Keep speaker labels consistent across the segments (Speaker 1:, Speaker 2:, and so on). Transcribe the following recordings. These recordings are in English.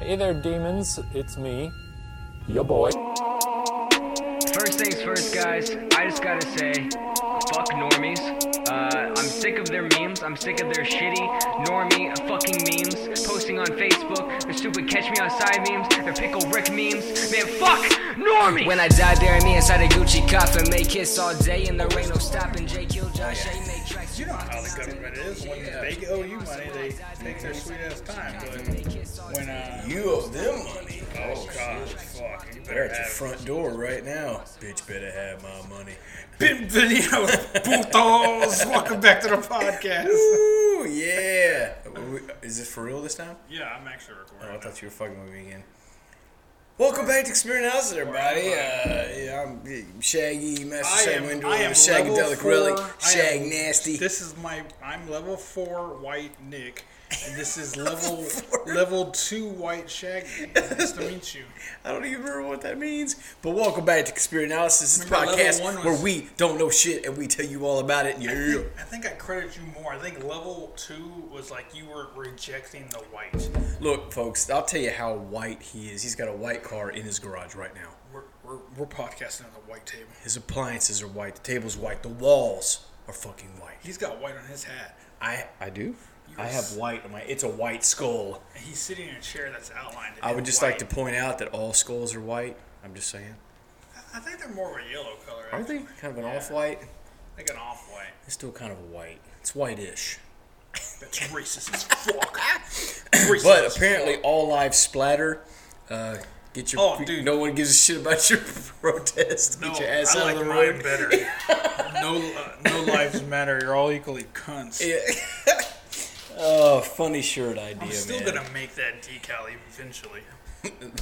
Speaker 1: Hey there, demons. It's me, your boy.
Speaker 2: First things first, guys. I just gotta say, fuck normies. Uh, I'm sick of their memes. I'm sick of their shitty normie fucking memes. Posting on Facebook, their stupid catch me outside memes, their pickle Rick memes. Man, fuck normies. When I die, bury me inside a Gucci coffin. Make hits all day, and there ain't no stopping. J kill Josh, A make tracks.
Speaker 3: You know how the government is. When they owe you money, they take their sweet ass time. But when uh,
Speaker 4: You owe them money.
Speaker 3: oh god, fuck, you
Speaker 4: They're
Speaker 3: better
Speaker 4: at your
Speaker 3: have
Speaker 4: front door right now. Bitch better have my money.
Speaker 3: Bienvenidos, putos. Welcome back to the podcast.
Speaker 4: Ooh, yeah. We- Is it for real this time?
Speaker 3: Yeah, I'm actually
Speaker 4: Oh, I
Speaker 3: recording.
Speaker 4: thought you were fucking with me again. Welcome back to Experience House, everybody. Uh, yeah, I'm Shaggy,
Speaker 3: I
Speaker 4: Master Sam
Speaker 3: am-
Speaker 4: Window,
Speaker 3: I am level
Speaker 4: Shagadelic
Speaker 3: four.
Speaker 4: Relic,
Speaker 3: I
Speaker 4: Shag
Speaker 3: am-
Speaker 4: Nasty.
Speaker 3: This is my. I'm level four white Nick. And this is level level two white Shaggy. Nice to meet you.
Speaker 4: I don't even remember what that means. But welcome back to Conspiracy Analysis, this
Speaker 3: Remember, level
Speaker 4: podcast
Speaker 3: one was-
Speaker 4: where we don't know shit and we tell you all about it. Yeah.
Speaker 3: I think I credit you more. I think level two was like you were rejecting the white.
Speaker 4: Look, folks, I'll tell you how white he is. He's got a white car in his garage right now.
Speaker 3: We're, we're, we're podcasting at the white table.
Speaker 4: His appliances are white. The table's white. The walls are fucking white.
Speaker 3: He's got white on his hat.
Speaker 4: I I do. I have white on my. It's a white skull.
Speaker 3: And he's sitting in a chair that's outlined.
Speaker 4: I would
Speaker 3: in
Speaker 4: just like
Speaker 3: white.
Speaker 4: to point out that all skulls are white. I'm just saying.
Speaker 3: I think they're more of a yellow color.
Speaker 4: Are they
Speaker 3: actually.
Speaker 4: kind of an
Speaker 3: Yeah,
Speaker 4: off-white?
Speaker 3: Like an off white.
Speaker 4: It's still kind of a white. It's whitish.
Speaker 3: That's racist as fuck. racist
Speaker 4: But
Speaker 3: as
Speaker 4: apparently,
Speaker 3: fuck.
Speaker 4: all lives splatter. Uh, get your.
Speaker 3: Oh, dude.
Speaker 4: No one gives a shit about your protest.
Speaker 3: No,
Speaker 4: get your ass
Speaker 3: I
Speaker 4: out
Speaker 3: like
Speaker 4: of the
Speaker 3: mine
Speaker 4: room.
Speaker 3: better. no, uh, no lives matter. You're all equally cunts.
Speaker 4: Oh, funny shirt idea,
Speaker 3: I'm still
Speaker 4: man.
Speaker 3: gonna make that decal eventually.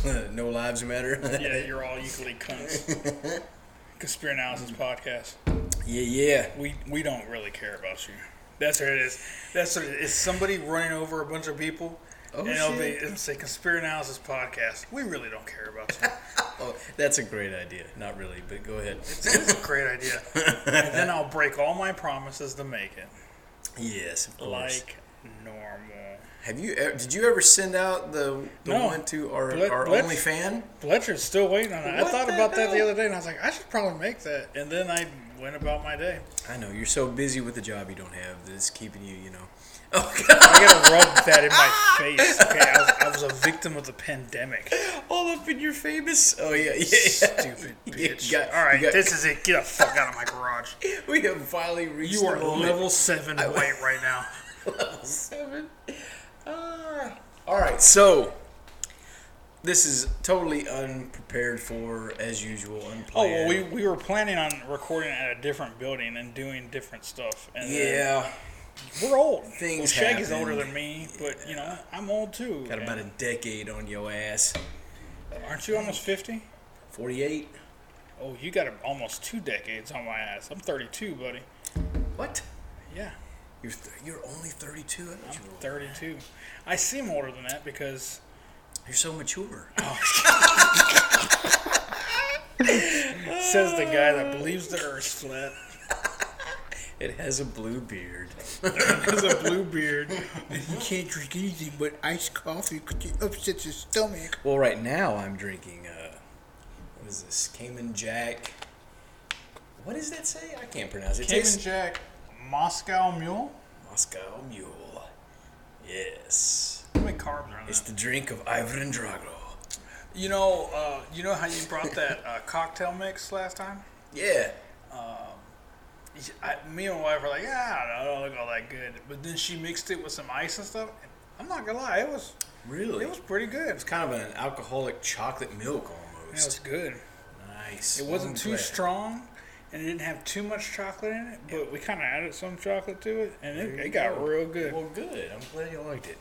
Speaker 4: no lives matter.
Speaker 3: Yeah, you're all equally cunts. Conspiracy analysis podcast.
Speaker 4: yeah, yeah.
Speaker 3: We we don't really care about you. That's what it is. That's what it is. It's somebody running over a bunch of people. and it'll be
Speaker 4: Oh, shit.
Speaker 3: it'll say conspiracy analysis podcast. We really don't care about you.
Speaker 4: Oh, that's a great idea. Not really, but go ahead.
Speaker 3: It's a great idea. And then I'll break all my promises to make it.
Speaker 4: Yes, of course.
Speaker 3: Like normal.
Speaker 4: Have you? e- Did you ever send out the the
Speaker 3: No.
Speaker 4: one to our
Speaker 3: Let-
Speaker 4: our
Speaker 3: let's-
Speaker 4: only fan?
Speaker 3: Fletcher's still waiting on it. I
Speaker 4: What
Speaker 3: thought
Speaker 4: the
Speaker 3: about that the
Speaker 4: hell?
Speaker 3: other day and I was like, I should probably make that. And then I went about my day.
Speaker 4: I know you're so busy with the job you don't have that's keeping you. You know. Oh,
Speaker 3: I gotta rub that in my face. Okay, I was, I was a victim of the pandemic.
Speaker 4: All up in your famous. Oh yeah, yeah. yeah.
Speaker 3: Stupid
Speaker 4: You
Speaker 3: bitch.
Speaker 4: got-
Speaker 3: All right,
Speaker 4: you got-
Speaker 3: this is it. Get the fuck out of my garage.
Speaker 4: We have finally reached.
Speaker 3: You are
Speaker 4: the moment.
Speaker 3: level seven white right now.
Speaker 4: level seven. Ah. all right, so this is totally unprepared for, as usual, unplanned.
Speaker 3: Oh well, we, we were planning on recording at a different building and doing different stuff. And then
Speaker 4: yeah.
Speaker 3: we're old.
Speaker 4: Things
Speaker 3: well, Shaggy's
Speaker 4: happen.
Speaker 3: older than me, but you know I'm old too.
Speaker 4: Got about a decade on your ass.
Speaker 3: And aren't you almost fifty?
Speaker 4: Forty-eight.
Speaker 3: Oh, you got a, almost two decades on my ass. I'm 32, buddy.
Speaker 4: What?
Speaker 3: Yeah,
Speaker 4: You're th- you're only 32. I thought you were
Speaker 3: 32. I seem older than that because
Speaker 4: You're so mature.
Speaker 3: says the guy that believes the Earth's flat.
Speaker 4: It has a blue beard.
Speaker 3: Has a blue beard.
Speaker 5: You can't drink anything but iced coffee because it upsets your stomach.
Speaker 4: Well, right now I'm drinking. Uh, what is this? Cayman Jack. What does that say? I can't pronounce it. It
Speaker 3: Cayman
Speaker 4: tastes-
Speaker 3: Jack, Moscow Mule.
Speaker 4: Moscow Mule. Yes.
Speaker 3: How many carbs are in
Speaker 4: It's
Speaker 3: that?
Speaker 4: the drink of Ivan Drago.
Speaker 3: You know, uh, you know how you brought that uh, cocktail mix last time.
Speaker 4: Yeah.
Speaker 3: I, me and my wife were like, yeah, I don't look all that good. But then she mixed it with some ice and stuff. And I'm not gonna lie, it was
Speaker 4: Really?
Speaker 3: it was pretty good. It was,
Speaker 4: It's kind of an alcoholic chocolate milk
Speaker 3: it was
Speaker 4: almost.
Speaker 3: good.
Speaker 4: nice.
Speaker 3: It wasn't
Speaker 4: I'm
Speaker 3: too
Speaker 4: glad.
Speaker 3: strong, and it didn't have too much chocolate in it. But we kind of added some chocolate to it, and it,
Speaker 4: There
Speaker 3: it
Speaker 4: you
Speaker 3: got
Speaker 4: go.
Speaker 3: real good.
Speaker 4: Well, good. I'm glad you liked it.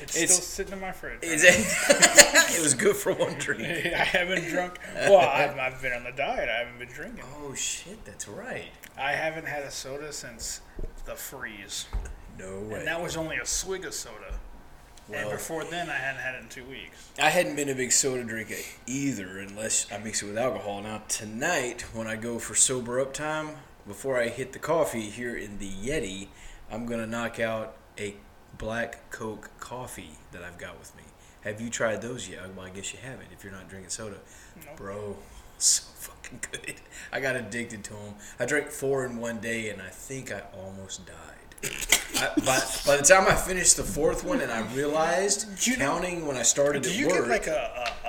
Speaker 3: It's,
Speaker 4: it's-
Speaker 3: still sitting in my fridge.
Speaker 4: Is it? it was good for one drink.
Speaker 3: I haven't drunk. Well, I've, I've been on the diet. I haven't been drinking.
Speaker 4: Oh shit, that's right.
Speaker 3: I haven't had a soda since the freeze.
Speaker 4: No way.
Speaker 3: And that was only a swig of soda. and
Speaker 4: Well-
Speaker 3: before then, I hadn't had it in two weeks.
Speaker 4: I hadn't been a big soda drinker either, unless I mix it with alcohol. Now tonight, when I go for sober up time, before I hit the coffee here in the Yeti, I'm gonna knock out a black Coke coffee that I've got with me. Have you tried those yet? Well, I guess you haven't if you're not drinking soda. Bro, so fucking good. I got addicted to them. I drank four in one day, and I think I almost died. I, by, by the time I finished the fourth one, and I realized
Speaker 3: Do you-
Speaker 4: counting when I started
Speaker 3: Do
Speaker 4: at
Speaker 3: you
Speaker 4: work,
Speaker 3: get like a, a,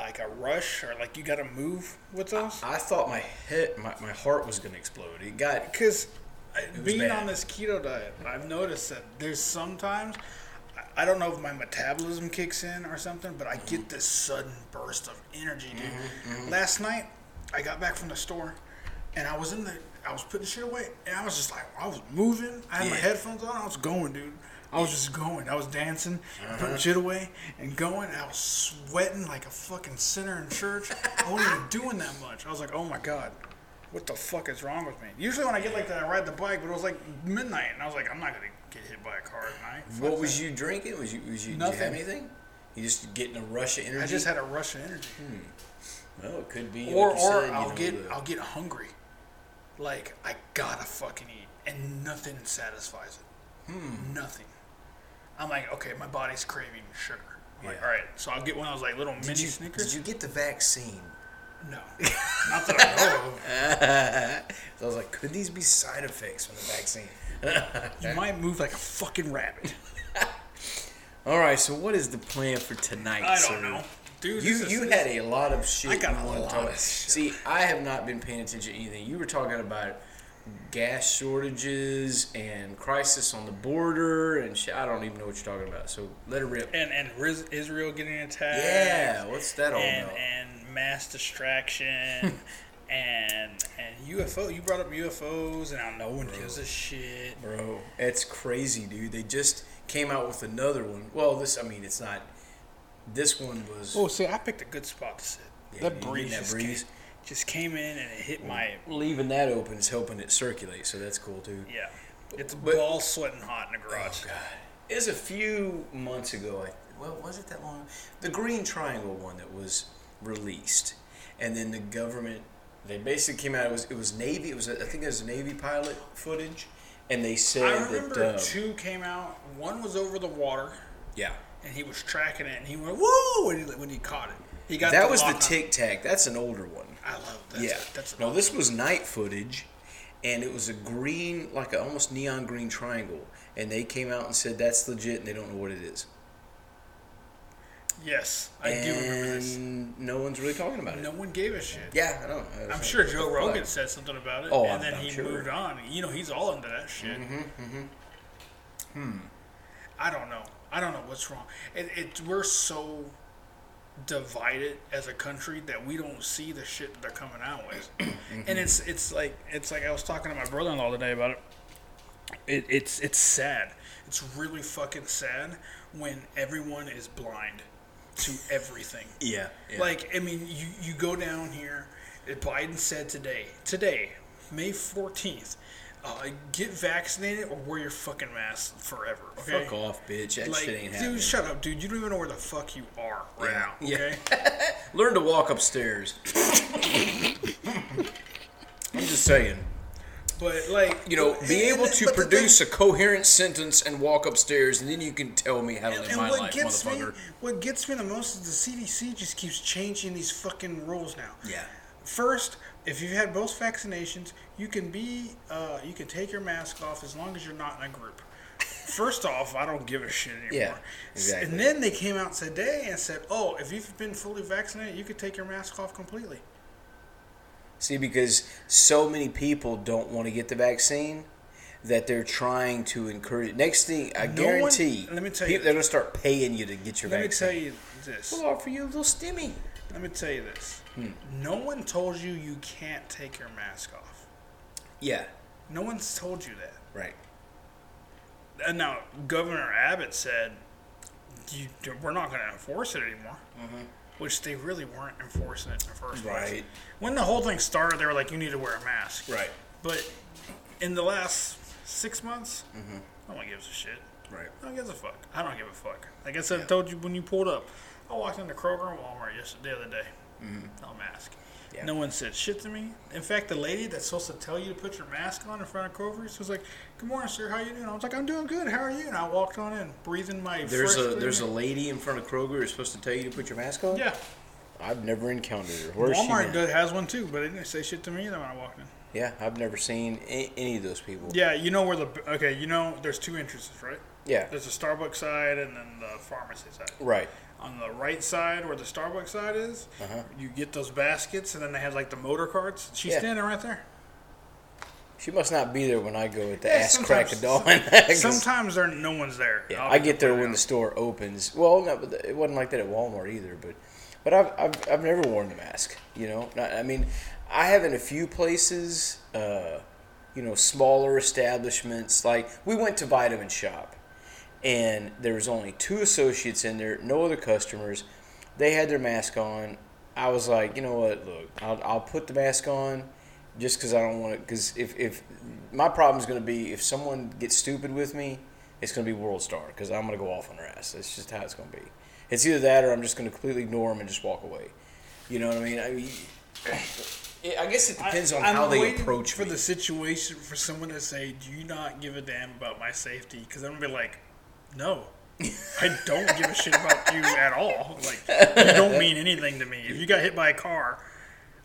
Speaker 3: a like a rush or like you got to move with those?
Speaker 4: I thought my head, my, my heart was gonna explode. It got
Speaker 3: Because
Speaker 4: was
Speaker 3: being
Speaker 4: bad.
Speaker 3: on this keto diet, I've noticed that there's sometimes I- I don't know if my metabolism kicks in or something, but I
Speaker 4: Mm-hmm.
Speaker 3: get this sudden burst of energy, dude. Last night, I got back from the store, and I was in the I was putting shit away, and I was just like I was moving. I had my
Speaker 4: Yeah.
Speaker 3: headphones on. I was going, dude. I was just going. I was dancing, putting
Speaker 4: Uh-huh.
Speaker 3: shit away, and going. I was sweating like a fucking sinner in church. I wasn't even doing that much. I was like, oh my god, what the fuck is wrong with me? Usually when I get like that, I ride the bike, but it was like midnight, and I was like, I'm not gonna get hit by a car at night. Fuck
Speaker 4: What
Speaker 3: that.
Speaker 4: was you drinking? Was you was you, did you have
Speaker 3: Nothing.
Speaker 4: anything? You just getting a rush of energy.
Speaker 3: I just had a rush of energy.
Speaker 4: Well, it could be.
Speaker 3: or
Speaker 4: like you
Speaker 3: or
Speaker 4: said, you
Speaker 3: I'll
Speaker 4: know,
Speaker 3: get
Speaker 4: the-
Speaker 3: I'll get hungry. Like I gotta fucking eat, and nothing satisfies it.
Speaker 4: Hmm.
Speaker 3: Nothing. I'm like, okay, my body's craving sugar. I'm Like,
Speaker 4: Yeah.
Speaker 3: all right, so I'll get one of those like little mini
Speaker 4: Did you,
Speaker 3: Snickers.
Speaker 4: did you get the vaccine?
Speaker 3: No, not that I know of.
Speaker 4: So I was like, could these be side effects from the vaccine?
Speaker 3: You might move like a fucking rabbit.
Speaker 4: All right, so what is the plan for tonight?
Speaker 3: I
Speaker 4: sir?
Speaker 3: don't know, dude.
Speaker 4: You
Speaker 3: this is-
Speaker 4: you had a lot of shit.
Speaker 3: I got
Speaker 4: you
Speaker 3: a
Speaker 4: wanted to
Speaker 3: lot
Speaker 4: talk-
Speaker 3: of shit.
Speaker 4: See, I have not been paying attention to anything. You were talking about gas shortages and crisis on the border and shit. I don't even know what you're talking about. So let it rip.
Speaker 3: and and Riz- Israel getting attacked.
Speaker 4: Yeah, what's that all
Speaker 3: and
Speaker 4: about?
Speaker 3: and mass distraction and and UFO. You brought up UFOs, and I know no one gives a shit.
Speaker 4: Bro, that's crazy, dude. They just came out with another one. Well, this I mean, it's not. This one was.
Speaker 3: Oh, see, I picked a good spot to sit.
Speaker 4: Yeah,
Speaker 3: that
Speaker 4: you
Speaker 3: breeze,
Speaker 4: need that
Speaker 3: just,
Speaker 4: breeze.
Speaker 3: Came, just came in and it hit my
Speaker 4: Leaving that open is helping it circulate, so that's cool too.
Speaker 3: yeah. It's
Speaker 4: But- Oh,
Speaker 3: ball sweating hot in the garage.
Speaker 4: God, it was a few months ago. I well, was it that long? The Green Triangle one that was released, and then the government they basically came out. It was it was Navy. It was a, I think it was Navy pilot footage, and they said
Speaker 3: I remember
Speaker 4: that uh,
Speaker 3: two came out. One was over the water,
Speaker 4: yeah.
Speaker 3: and he was tracking it, and he went whoa when he, when he caught it. He got
Speaker 4: That was the
Speaker 3: lock-
Speaker 4: Tic Tac. That's an older one.
Speaker 3: I love that.
Speaker 4: yeah.
Speaker 3: that's
Speaker 4: no, this was night footage, and it was a green, like a almost neon green triangle. And they came out and said that's legit, and they don't know what it is.
Speaker 3: yes, I do remember this.
Speaker 4: And No one's really talking about it.
Speaker 3: No one gave a shit.
Speaker 4: Yeah, I don't. I
Speaker 3: I'm
Speaker 4: don't-
Speaker 3: sure
Speaker 4: what
Speaker 3: Joe
Speaker 4: the
Speaker 3: Rogan
Speaker 4: fuck?
Speaker 3: said something about it,
Speaker 4: Oh,
Speaker 3: and
Speaker 4: I'm-
Speaker 3: then
Speaker 4: I'm
Speaker 3: he
Speaker 4: sure.
Speaker 3: moved on. You know, he's all into that shit. Mm-hmm, mm-hmm.
Speaker 4: mm-hmm.
Speaker 3: I don't know. I don't know what's wrong. It, it we're so divided as a country that we don't see the shit that they're coming out with,
Speaker 4: Mm-hmm.
Speaker 3: and it's it's like it's like I was talking to my brother-in-law today about it. it it's it's sad. It's really fucking sad when everyone is blind to everything.
Speaker 4: Yeah, yeah.
Speaker 3: Like, I mean, you, you go down here. uh, Biden said today, today, May 14th, uh, get vaccinated or wear your fucking mask forever. Okay?
Speaker 4: fuck off, bitch. That
Speaker 3: Like,
Speaker 4: shit ain't
Speaker 3: dude,
Speaker 4: happening.
Speaker 3: shut up, dude. You don't even know where the fuck you are right
Speaker 4: Yeah.
Speaker 3: now.
Speaker 4: Yeah.
Speaker 3: Okay?
Speaker 4: Learn to walk upstairs. I'm just saying.
Speaker 3: But, like,
Speaker 4: You know, be
Speaker 3: and-
Speaker 4: able
Speaker 3: and-
Speaker 4: to
Speaker 3: but the thing-
Speaker 4: produce a coherent sentence and walk upstairs, and then you can tell me how to live
Speaker 3: and
Speaker 4: my
Speaker 3: what
Speaker 4: life,
Speaker 3: gets me,
Speaker 4: motherfucker.
Speaker 3: what gets me the most is the CDC just keeps changing these fucking rules now.
Speaker 4: Yeah.
Speaker 3: First, if you've had both vaccinations, you can be, uh, you can take your mask off as long as you're not in a group. First off, I don't give a shit anymore.
Speaker 4: Yeah,
Speaker 3: S-
Speaker 4: exactly.
Speaker 3: And then they came out today and said, "Oh, if you've been fully vaccinated, you could take your mask off completely."
Speaker 4: See, because so many people don't want to get the vaccine that they're trying to encourage. Next thing, I
Speaker 3: No one-
Speaker 4: guarantee,
Speaker 3: let me tell you-
Speaker 4: people- they're gonna start paying you to get your
Speaker 3: Let me
Speaker 4: vaccine.
Speaker 3: tell you this.
Speaker 4: We'll offer you a little stimmy.
Speaker 3: Let me tell you this.
Speaker 4: Hmm.
Speaker 3: No one told you you can't take your mask off.
Speaker 4: Yeah,
Speaker 3: No one's told you that.
Speaker 4: right.
Speaker 3: And now Governor Abbott said, you, "We're not going to enforce it anymore," which they really weren't enforcing it in the first place.
Speaker 4: Mm-hmm. Right.
Speaker 3: When the whole thing started, they were like, "You need to wear a mask."
Speaker 4: Right.
Speaker 3: But in the last six months, no one gives a shit.
Speaker 4: Mm-hmm. Right.
Speaker 3: No one gives a fuck. I don't give a fuck. Like I said, I told you when you pulled up, I walked into Kroger and Walmart yesterday, the other day. No mask.
Speaker 4: Yeah.
Speaker 3: No one said shit to me. In fact, the lady that's supposed to tell you to put your mask on in front of Covers was like, "Good morning, sir. How you doing?" I was like, "I'm doing good. How are you?" And I walked on in, breathing my.
Speaker 4: There's
Speaker 3: fresh
Speaker 4: a
Speaker 3: air.
Speaker 4: there's a lady in front of Kroger who's supposed to tell you to put your mask on.
Speaker 3: Yeah,
Speaker 4: I've never encountered her. Where's she?
Speaker 3: Walmart
Speaker 4: been?
Speaker 3: does, has one too, but it didn't say shit to me when I walked in.
Speaker 4: Yeah, I've never seen a- any of those people.
Speaker 3: Yeah, you know where the okay, you know there's two entrances, right?
Speaker 4: Yeah.
Speaker 3: There's the Starbucks side and then the pharmacy side.
Speaker 4: Right. Uh-huh.
Speaker 3: On the right side where the Starbucks side is, you get those baskets and then they have like the motor carts. She's
Speaker 4: Yeah.
Speaker 3: standing right there.
Speaker 4: She must not be there when I go at the
Speaker 3: Yeah,
Speaker 4: ass crack of dawn.
Speaker 3: sometimes-
Speaker 4: 'Cause-
Speaker 3: Sometimes there no one's there.
Speaker 4: Yeah,
Speaker 3: I'll
Speaker 4: I get there
Speaker 3: point
Speaker 4: when
Speaker 3: out.
Speaker 4: the store opens. Well, no, but it wasn't like that at Walmart either. But, but I've I've, I've never worn the mask. You know, Not- I mean, I have in a few places. Uh, you know, smaller establishments. Like we went to Vitamin Shop, and there was only two associates in there, no other customers. They had their mask on. I was like, you know what? Look, I'll, I'll put the mask on just because I don't want to. Because if, if my problem's going to be if someone gets stupid with me, it's going to be World Star because I'm going to go off on their ass. That's just how it's going to be. It's either that or I'm just going to completely ignore them and just walk away. You know what I mean? I mean, I guess it depends on
Speaker 3: I'm
Speaker 4: how they
Speaker 3: waiting
Speaker 4: approach
Speaker 3: for
Speaker 4: me.
Speaker 3: the situation for someone to say, "Do you not give a damn about my safety?" Because I'm gonna be like, "No, I don't give a shit about you at all. Like, you don't mean anything to me. If you got hit by a car,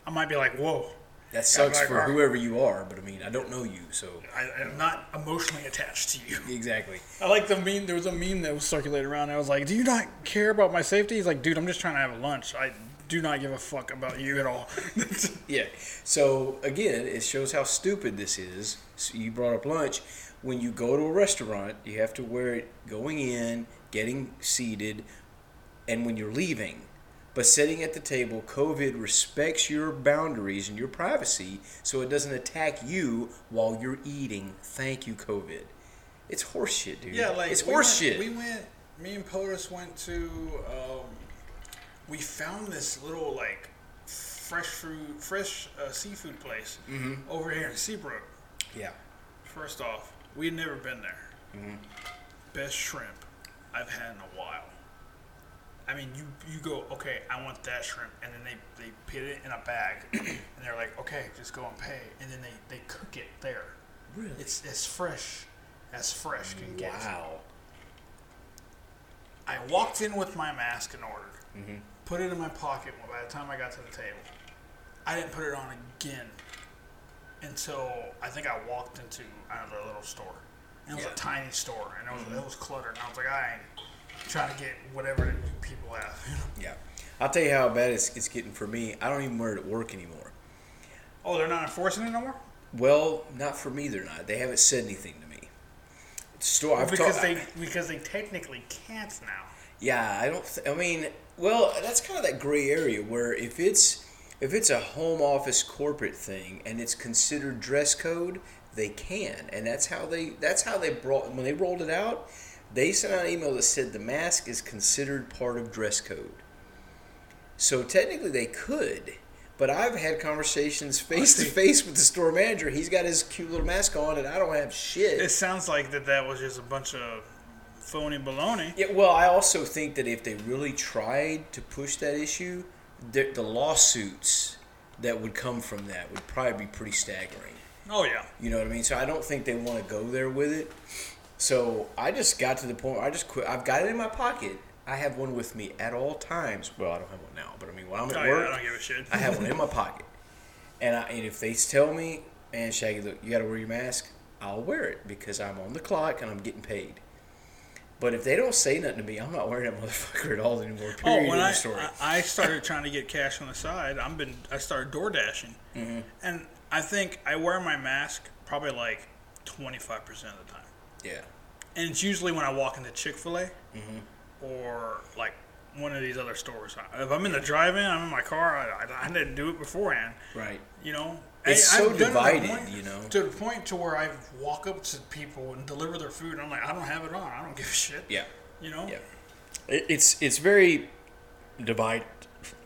Speaker 3: I might be like, whoa."
Speaker 4: That sucks
Speaker 3: like,
Speaker 4: for
Speaker 3: "Arr."
Speaker 4: whoever you are, but I mean, I don't know you, so
Speaker 3: I, I'm not emotionally attached to you.
Speaker 4: exactly.
Speaker 3: I like the meme. There was a meme that was circulated around. I was like, "Do you not care about my safety?" He's like, "Dude, I'm just trying to have lunch. I do not give a fuck about you at all."
Speaker 4: Yeah. So again, it shows how stupid this is. So you brought up lunch. When you go to a restaurant, you have to wear it going in, getting seated, and when you're leaving. But sitting at the table, COVID respects your boundaries and your privacy, so it doesn't attack you while you're eating. Thank you, COVID. It's horseshit, dude.
Speaker 3: Yeah, like
Speaker 4: it's
Speaker 3: we went-
Speaker 4: horseshit.
Speaker 3: We went. Me and Potus went to. Um, we found this little like fresh fruit, fresh uh, seafood place
Speaker 4: Mm-hmm.
Speaker 3: over here in Seabrook.
Speaker 4: yeah.
Speaker 3: First off, we had never been there.
Speaker 4: Mm-hmm.
Speaker 3: Best shrimp I've had in a while. I mean, you you go okay. I want that shrimp, and then they they put it in a bag, and they're like, okay, just go and pay, and then they they cook it there.
Speaker 4: Really?
Speaker 3: It's as fresh as fresh can get.
Speaker 4: Wow.
Speaker 3: I walked in with my mask and ordered.
Speaker 4: Mm-hmm.
Speaker 3: Put it in my pocket by the time I got to the table. I didn't put it on again until I think I walked into another little store. And it was
Speaker 4: Yeah. Mm-hmm.
Speaker 3: a tiny store, and it was it was cluttered. And I was like, I ain't trying to get whatever people have. You know?
Speaker 4: Yeah. I'll tell you how bad it's, it's getting for me. I don't even wear it at work anymore.
Speaker 3: Oh, they're not enforcing it no more.
Speaker 4: Well, not for me. They're not. They haven't said anything to me. Store. I've
Speaker 3: because
Speaker 4: talked-
Speaker 3: they because they technically can't now.
Speaker 4: Yeah, I don't. Th- I mean, well, that's kind of that gray area where if it's if it's a home office corporate thing and it's considered dress code, they can, and that's how they that's how they brought when they rolled it out. They sent out an email that said the mask is considered part of dress code. So technically, they could. But I've had conversations face to face with the store manager. He's got his cute little mask on, and I don't have shit.
Speaker 3: It sounds like that that was just a bunch of phony baloney.
Speaker 4: Yeah, well, I also think that if they really tried to push that issue, the, the lawsuits that would come from that would probably be pretty staggering.
Speaker 3: Oh yeah.
Speaker 4: You know what I mean? So I don't think they want to go there with it. So I just got to the point where I just quit. I've got it in my pocket. I have one with me at all times. Well, I don't have one now, but I mean, when I'm at
Speaker 3: Oh, yeah, I
Speaker 4: work,
Speaker 3: don't give a shit.
Speaker 4: I have one in my pocket. And, I, and if they tell me, man, Shaggy, look, you got to wear your mask, I'll wear it because I'm on the clock and I'm getting paid. But if they don't say nothing to me, I'm not wearing that motherfucker at all anymore. Period.
Speaker 3: Oh,
Speaker 4: end
Speaker 3: when
Speaker 4: of
Speaker 3: I,
Speaker 4: story.
Speaker 3: I I started trying to get cash on the side, I've been I started door dashing,
Speaker 4: Mm-hmm.
Speaker 3: and I think I wear my mask probably like twenty five percent of the time,
Speaker 4: yeah.
Speaker 3: and it's usually when I walk into Chick fil A
Speaker 4: Mm-hmm.
Speaker 3: or like one of these other stores. If I'm in the drive-in, I'm in my car. I, I, I didn't do it beforehand,
Speaker 4: Right.
Speaker 3: you know.
Speaker 4: It's
Speaker 3: I-
Speaker 4: so
Speaker 3: I've done it to the
Speaker 4: divided,
Speaker 3: point-
Speaker 4: you know.
Speaker 3: to the point to where I walk up to people and deliver their food. And I'm like, I don't have it on. I don't give a shit.
Speaker 4: Yeah.
Speaker 3: you know.
Speaker 4: Yeah. It, it's, it's very divided.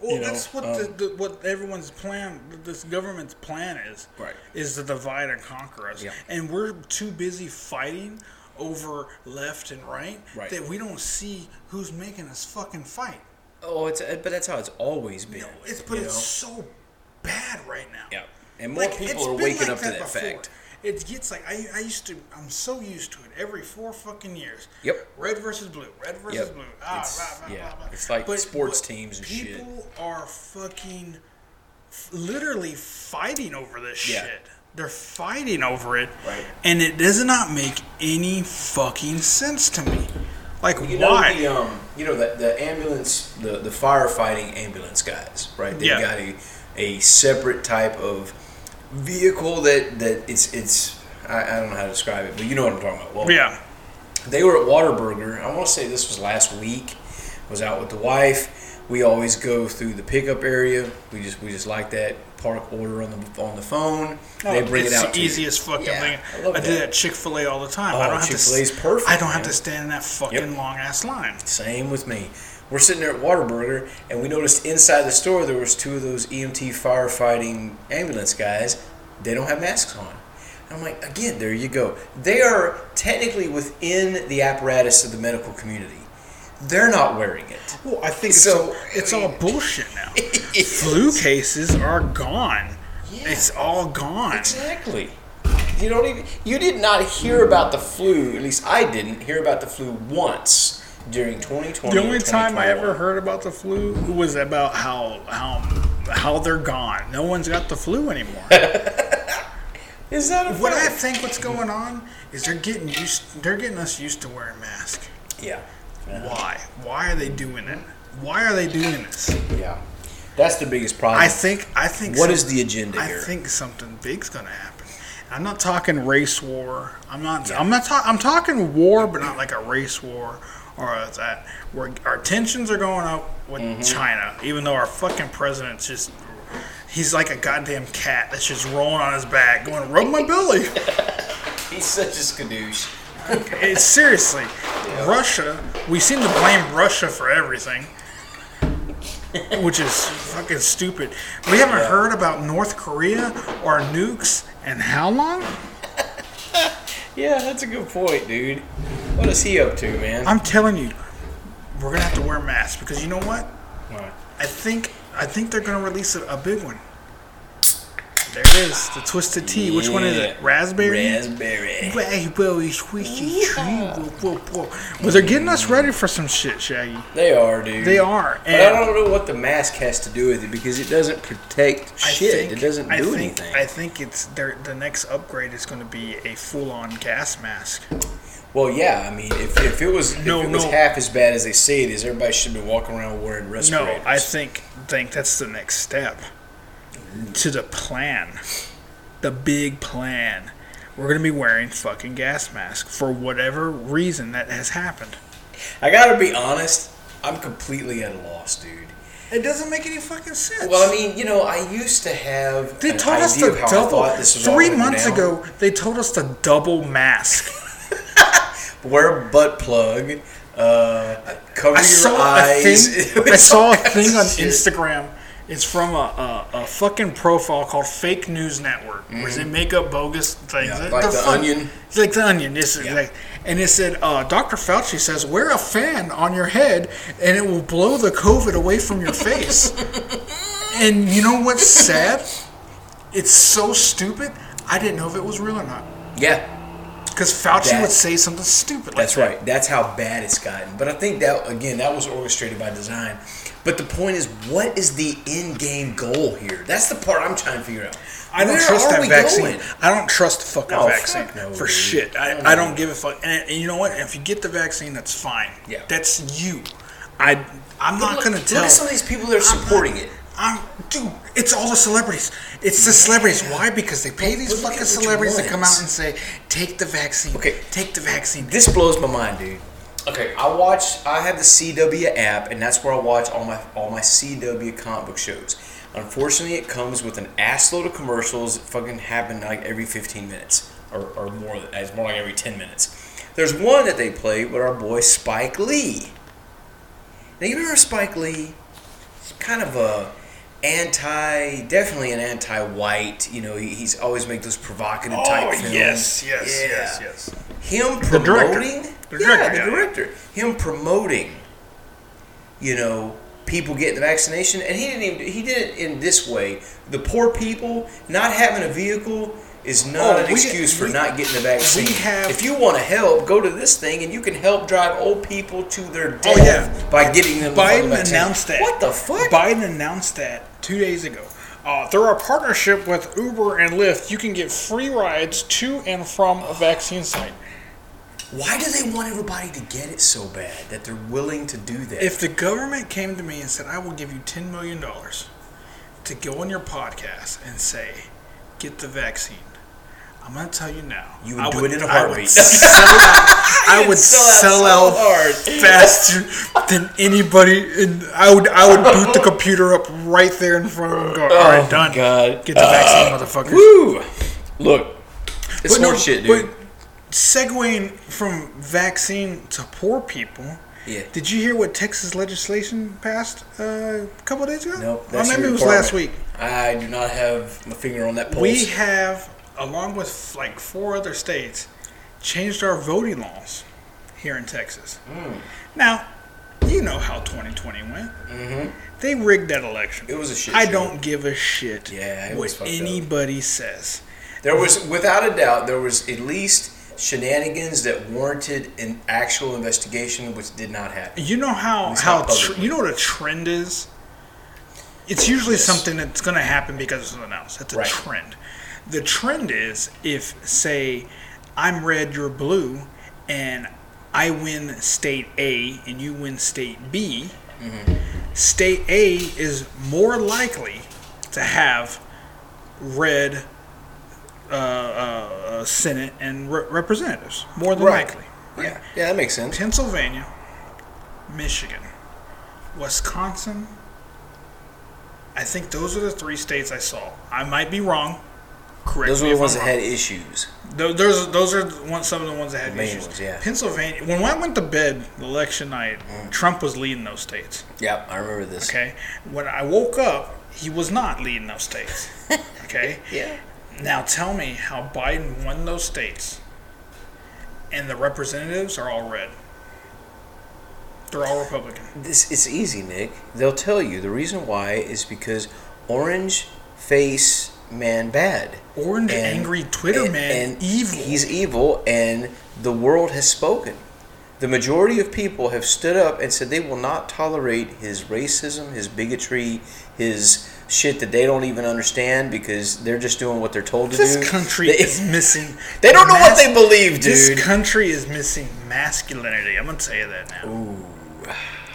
Speaker 3: Well,
Speaker 4: you know,
Speaker 3: that's what
Speaker 4: um,
Speaker 3: the, the, what everyone's plan, this government's plan is,
Speaker 4: Right.
Speaker 3: Is to divide and conquer us,
Speaker 4: Yeah.
Speaker 3: and we're too busy fighting over left and right,
Speaker 4: Right.
Speaker 3: that we don't see who's making us fucking fight.
Speaker 4: Oh, it's but that's how it's always been.
Speaker 3: It's but
Speaker 4: you
Speaker 3: it's so
Speaker 4: know?
Speaker 3: bad. bad right now.
Speaker 4: Yeah. And more people
Speaker 3: it's
Speaker 4: are
Speaker 3: been
Speaker 4: waking
Speaker 3: like
Speaker 4: up to that
Speaker 3: before.
Speaker 4: fact.
Speaker 3: It gets like I, I used to. I'm so used to it. Every four fucking years.
Speaker 4: Yep.
Speaker 3: Red versus blue. Red versus
Speaker 4: Yep.
Speaker 3: blue. Ah,
Speaker 4: It's-
Speaker 3: rah, rah,
Speaker 4: yeah.
Speaker 3: rah, rah.
Speaker 4: It's like sports teams and shit.
Speaker 3: People are fucking, f- literally fighting over this
Speaker 4: Yeah.
Speaker 3: shit. They're fighting over it,
Speaker 4: Right.
Speaker 3: and it does not make any fucking sense to me. Like
Speaker 4: You know
Speaker 3: why?
Speaker 4: the um, you know that the ambulance, the the firefighting ambulance guys, right? They
Speaker 3: Yeah.
Speaker 4: got a a separate type of vehicle that that it's it's I, I don't know how to describe it, but you know what I'm talking about. Well,
Speaker 3: Oh, yeah.
Speaker 4: they were at Waterburger. I want to say this was last week. I was out with the wife. We always go through the pickup area. We just we just like that park order on the on the phone. they bring
Speaker 3: it's
Speaker 4: it out.
Speaker 3: the
Speaker 4: to you.
Speaker 3: easiest fucking
Speaker 4: Yeah,
Speaker 3: thing.
Speaker 4: I
Speaker 3: I,
Speaker 4: love
Speaker 3: do
Speaker 4: that.
Speaker 3: that Chick Fil A all the time.
Speaker 4: Oh,
Speaker 3: I don't have
Speaker 4: Chick-fil-A's
Speaker 3: to. s-
Speaker 4: perfect,
Speaker 3: I don't
Speaker 4: man.
Speaker 3: have to stand in that fucking
Speaker 4: Yep.
Speaker 3: long ass line.
Speaker 4: Same with me. We're sitting there at Waterburger, and we noticed inside the store there was two of those EMT firefighting ambulance guys. They don't have masks on. I'm like, again, there you go. They are technically within the apparatus of the medical community. They're not wearing it.
Speaker 3: Well, I think
Speaker 4: it's So- all-
Speaker 3: it's all bullshit now. Flu cases are gone.
Speaker 4: Yeah.
Speaker 3: It's all gone.
Speaker 4: Exactly. You don't even. You did not hear about the flu. At least I didn't hear about the flu once during 2020.
Speaker 3: The only time I
Speaker 4: 2021.
Speaker 3: ever heard about the flu was about how how how they're gone. No one's got the flu anymore.
Speaker 4: is that a
Speaker 3: what I
Speaker 4: fact?
Speaker 3: think what's going on is they're getting used. They're getting us used to wearing masks.
Speaker 4: Yeah.
Speaker 3: Why? Why are they doing it? Why are they doing this?
Speaker 4: Yeah. That's the biggest problem.
Speaker 3: I think. I think.
Speaker 4: What
Speaker 3: some-
Speaker 4: is the agenda
Speaker 3: I
Speaker 4: here?
Speaker 3: think something big's gonna happen. I'm not talking race war. I'm not.
Speaker 4: Yeah.
Speaker 3: I'm not. Ta- I'm talking war, but not like a race war or a- that where our tensions are going up with
Speaker 4: Mm-hmm.
Speaker 3: China. Even though our fucking president's just. He's like a goddamn cat that's just rolling on his back, going rub my belly.
Speaker 4: He's such a skadoosh.
Speaker 3: It's seriously, Russia. We seem to blame Russia for everything, which is fucking stupid. We haven't heard about North Korea or nukes and how long?
Speaker 4: Yeah, that's a good point, dude. What is he up to, man?
Speaker 3: I'm telling you, we're gonna have to wear masks because you know what?
Speaker 4: Alright.
Speaker 3: I think I think they're gonna release a, a big one. There it is, the twisted tea. Which one is
Speaker 4: Yeah.
Speaker 3: it? Raspberry.
Speaker 4: Raspberry.
Speaker 3: Raspberry, squishy, tree, whoa, whoa, whoa. But they're getting us ready for some shit, Shaggy.
Speaker 4: They are, dude.
Speaker 3: They are,
Speaker 4: But I
Speaker 3: and-
Speaker 4: don't know what the mask has to do with it because it doesn't protect
Speaker 3: I
Speaker 4: shit.
Speaker 3: think-
Speaker 4: it doesn't do
Speaker 3: I think,
Speaker 4: anything.
Speaker 3: I think it's their the next upgrade is going to be a full on gas mask.
Speaker 4: well, yeah, I mean, if, if it was
Speaker 3: No,
Speaker 4: if it was
Speaker 3: no.
Speaker 4: half as bad as they say it is, everybody should be walking around wearing
Speaker 3: No,
Speaker 4: respirators.
Speaker 3: I think think that's the next step to the plan, the big plan. We're going to be wearing fucking gas masks for whatever reason that has happened.
Speaker 4: I gotta be honest. I'm completely at a loss, dude.
Speaker 3: It doesn't make any fucking sense.
Speaker 4: Well, I mean, you know, I used to have
Speaker 3: they
Speaker 4: an
Speaker 3: told us
Speaker 4: idea
Speaker 3: to
Speaker 4: of how I
Speaker 3: double.
Speaker 4: thought this was all
Speaker 3: Three
Speaker 4: gonna go
Speaker 3: months
Speaker 4: down.
Speaker 3: ago, they told us to double mask.
Speaker 4: wear a butt plug, uh, cover
Speaker 3: I
Speaker 4: your
Speaker 3: saw
Speaker 4: eyes.
Speaker 3: a
Speaker 4: It
Speaker 3: thing. I
Speaker 4: was
Speaker 3: saw
Speaker 4: all
Speaker 3: a thing
Speaker 4: kinds
Speaker 3: on
Speaker 4: of shit.
Speaker 3: Instagram. It's from a, a, a fucking profile called Fake News Network, where they make up bogus things.
Speaker 4: Mm-hmm. Yeah, like The
Speaker 3: fuck-
Speaker 4: Onion.
Speaker 3: It's like the onion. This is
Speaker 4: Yeah.
Speaker 3: like, and it said, uh, Dr. Fauci says, wear a fan on your head, and it will blow the COVID away from your face. and you know what's sad? It's so stupid. I didn't know if it was real or not,
Speaker 4: Yeah,
Speaker 3: because Fauci
Speaker 4: That-
Speaker 3: would say something stupid. Like
Speaker 4: that's
Speaker 3: that.
Speaker 4: right. That's how bad it's gotten. But I think that again, that was orchestrated by design. But the point is, what is the end game goal here? That's the part I'm trying to figure out.
Speaker 3: I don't
Speaker 4: Where
Speaker 3: trust
Speaker 4: are
Speaker 3: that
Speaker 4: we
Speaker 3: vaccine.
Speaker 4: going?
Speaker 3: I don't trust the fucking
Speaker 4: No,
Speaker 3: vaccine
Speaker 4: fuck no,
Speaker 3: for
Speaker 4: dude.
Speaker 3: shit. I,
Speaker 4: No,
Speaker 3: I
Speaker 4: no.
Speaker 3: don't give a fuck. And, and you know what? If you get the vaccine, that's fine.
Speaker 4: Yeah.
Speaker 3: That's you. I I'm not
Speaker 4: Look-
Speaker 3: gonna tell.
Speaker 4: Look at some of these people that are supporting it.
Speaker 3: I'm dude. It's all the celebrities. It's the celebrities. Why? Because they pay
Speaker 4: But
Speaker 3: these
Speaker 4: look at
Speaker 3: fucking
Speaker 4: which
Speaker 3: celebrities to come
Speaker 4: ones.
Speaker 3: out and say, "Take the vaccine.
Speaker 4: Okay.
Speaker 3: Take the vaccine."
Speaker 4: This blows my mind, dude. Okay, I watch. I have the CW app, and that's where I watch all my all my CW comic book shows. Unfortunately, it comes with an assload of commercials. That fucking happen like every fifteen minutes, or, or more. It's more like every ten minutes. There's one that they play with our boy Spike Lee. Now you remember Spike Lee? He's kind of a anti, definitely an anti-white. You know, he, he's always make those provocative type films. Yeah
Speaker 3: Oh, yes.
Speaker 4: him
Speaker 3: The director.
Speaker 4: promoting
Speaker 3: The director,
Speaker 4: yeah the
Speaker 3: yeah, yeah.
Speaker 4: director him promoting you know people getting the vaccination, and he didn't even he did it in this way. The poor people not having a vehicle is not
Speaker 5: Oh,
Speaker 4: an
Speaker 5: we-
Speaker 4: excuse for
Speaker 5: we-
Speaker 4: not getting the vaccine.
Speaker 5: we have-
Speaker 4: if you want to help, go to this thing, and you can help drive old people to their
Speaker 5: Oh,
Speaker 4: death
Speaker 5: yeah.
Speaker 4: by getting them. the fucking
Speaker 5: Biden
Speaker 4: vaccine.
Speaker 5: announced that.
Speaker 4: What the fuck?
Speaker 5: Biden announced that two days ago. Uh, through our partnership with Uber and Lyft, you can get free rides to and from a vaccine site.
Speaker 4: Why do they want everybody to get it so bad that they're willing to do that?
Speaker 5: If the government came to me and said, I will give you $10 million to go on your podcast and say, get the vaccine, I'm going to tell you now.
Speaker 4: you would
Speaker 5: I
Speaker 4: do it in a
Speaker 5: I would
Speaker 4: heartbeat.
Speaker 5: I would
Speaker 4: sell
Speaker 5: sell
Speaker 4: out
Speaker 5: out,
Speaker 4: so hard.
Speaker 5: faster than anybody. And I would I would boot the computer up right there in front of him. and Go, all right, done.
Speaker 4: Oh God. Uh,
Speaker 5: Get the vaccine, motherfuckers.
Speaker 4: Woo! Look, it's
Speaker 5: But no,
Speaker 4: horseshit,
Speaker 5: but
Speaker 4: dude.
Speaker 5: segueing from vaccine to poor people.
Speaker 4: Yeah.
Speaker 5: Did you hear what Texas legislation passed uh, a couple days ago?
Speaker 4: Nope,
Speaker 5: Or
Speaker 4: that's
Speaker 5: maybe
Speaker 4: your
Speaker 5: it was last week.
Speaker 4: department. I do not have my finger on that pulse.
Speaker 5: We have, along with like four other states, changed our voting laws here in Texas.
Speaker 4: Hmm.
Speaker 5: Now, you know how 2020 went. Mm-hmm. They rigged that election.
Speaker 4: It was a shit
Speaker 5: I
Speaker 4: show.
Speaker 5: don't give a shit
Speaker 4: Yeah, it was
Speaker 5: what
Speaker 4: fucked up.
Speaker 5: anybody says.
Speaker 4: There was, without a doubt, there was at least shenanigans that warranted an actual investigation, which did not happen.
Speaker 5: You know how
Speaker 4: least
Speaker 5: how
Speaker 4: not
Speaker 5: tr-
Speaker 4: publicly.
Speaker 5: you know what a trend is. It's usually something that's going to happen because of something else. That's a
Speaker 4: Right.
Speaker 5: trend. The trend is if say I'm red, you're blue, and I win state A and you win state B.
Speaker 4: Mm-hmm.
Speaker 5: State A is more likely to have red uh, uh, uh, Senate and re- representatives, more than
Speaker 4: Right.
Speaker 5: likely.
Speaker 4: Yeah, yeah, that makes sense.
Speaker 5: Pennsylvania, Michigan, Wisconsin. I think those are the three states I saw. I might be wrong. Correct
Speaker 4: Those
Speaker 5: me
Speaker 4: were the
Speaker 5: if
Speaker 4: ones
Speaker 5: I'm
Speaker 4: that
Speaker 5: wrong.
Speaker 4: had issues.
Speaker 5: Tho- Those those are the one, some of the ones that had
Speaker 4: Main
Speaker 5: issues.
Speaker 4: ones, yeah. Mm.
Speaker 5: Pennsylvania. When I went to bed election night, Trump was leading those states.
Speaker 4: Yeah, I remember this.
Speaker 5: Okay. When I woke up, he was not leading those states. Okay.
Speaker 4: Yeah.
Speaker 5: Now tell me how Biden won those states, and the representatives are all red. They're all Republican.
Speaker 4: This it's easy, Nick. They'll tell you the reason why is because orange face man bad.
Speaker 5: Orange angry Twitter
Speaker 4: and-
Speaker 5: man
Speaker 4: and
Speaker 5: evil.
Speaker 4: He's evil, and the world has spoken. The majority of people have stood up and said they will not tolerate his racism, his bigotry, his shit that they don't even understand because they're just doing what they're told to
Speaker 5: This
Speaker 4: do.
Speaker 5: country
Speaker 4: They-
Speaker 5: is missing.
Speaker 4: They don't know what
Speaker 5: mas-
Speaker 4: they believe, dude.
Speaker 5: This country is missing masculinity. I'm gonna tell you that now. Ooh.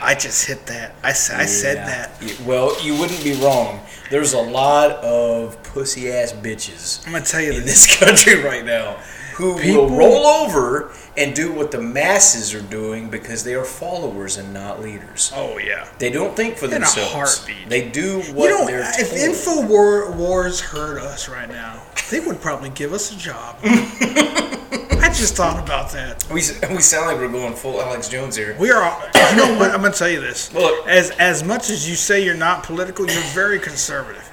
Speaker 5: I just hit that. I, s- I said
Speaker 4: Yeah.
Speaker 5: that.
Speaker 4: Yeah, Well, you wouldn't be wrong. There's a lot of pussy ass bitches
Speaker 5: I'm gonna tell you
Speaker 4: in
Speaker 5: this.
Speaker 4: this country right now who
Speaker 5: People-
Speaker 4: will roll over and do what the masses are doing because they are followers and not leaders.
Speaker 5: Oh yeah.
Speaker 4: They don't think for
Speaker 5: a
Speaker 4: themselves.
Speaker 5: heartbeat.
Speaker 4: They do what
Speaker 5: you know,
Speaker 4: they're
Speaker 5: if
Speaker 4: told.
Speaker 5: Infowar Wars heard us right now, they would probably give us a job. I just thought about that.
Speaker 4: we, s- we sound like we're going full Alex Jones here.
Speaker 5: We are. You know what? I'm gonna tell you this.
Speaker 4: Look.
Speaker 5: as as much as you say you're not political, you're very conservative.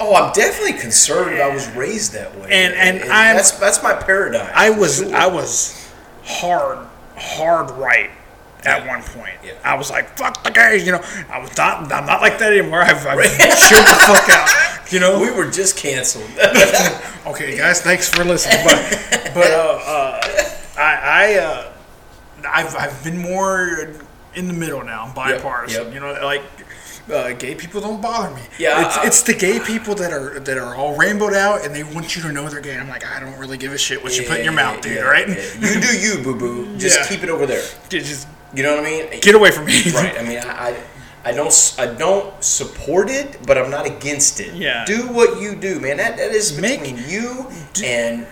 Speaker 4: Oh, I'm definitely conservative. I was raised that way,
Speaker 5: And- and I'm-
Speaker 4: that's that's my paradigm.
Speaker 5: I
Speaker 4: for
Speaker 5: was
Speaker 4: sure.
Speaker 5: I was hard hard right at one point.
Speaker 4: Yeah.
Speaker 5: I was like fuck the gays, you know. I was not I'm not like that anymore. I've, I've chilled the fuck out, you know.
Speaker 4: we were just canceled.
Speaker 5: Okay, guys, thanks for listening. But, but uh, uh, I, I uh, I've, I've been more in the middle now, bipartisan.
Speaker 4: yep.
Speaker 5: You know, like uh, gay people don't bother me.
Speaker 4: Yeah,
Speaker 5: it's,
Speaker 4: I-
Speaker 5: it's the gay people that are that are all rainbowed out, and they want you to know they're gay. I'm like, I don't really give a shit what you put in your mouth, dude.
Speaker 4: Yeah,
Speaker 5: right?
Speaker 4: yeah. You do you, boo boo. Just
Speaker 5: Yeah.
Speaker 4: keep it over there.
Speaker 5: Dude, just
Speaker 4: You know what I mean?
Speaker 5: get away from me.
Speaker 4: right. I mean, I, I, I don't, s- I don't support it, but I'm not against it.
Speaker 5: Yeah.
Speaker 4: Do what you do, man. That that is
Speaker 5: Make-
Speaker 4: between you
Speaker 5: do-
Speaker 4: and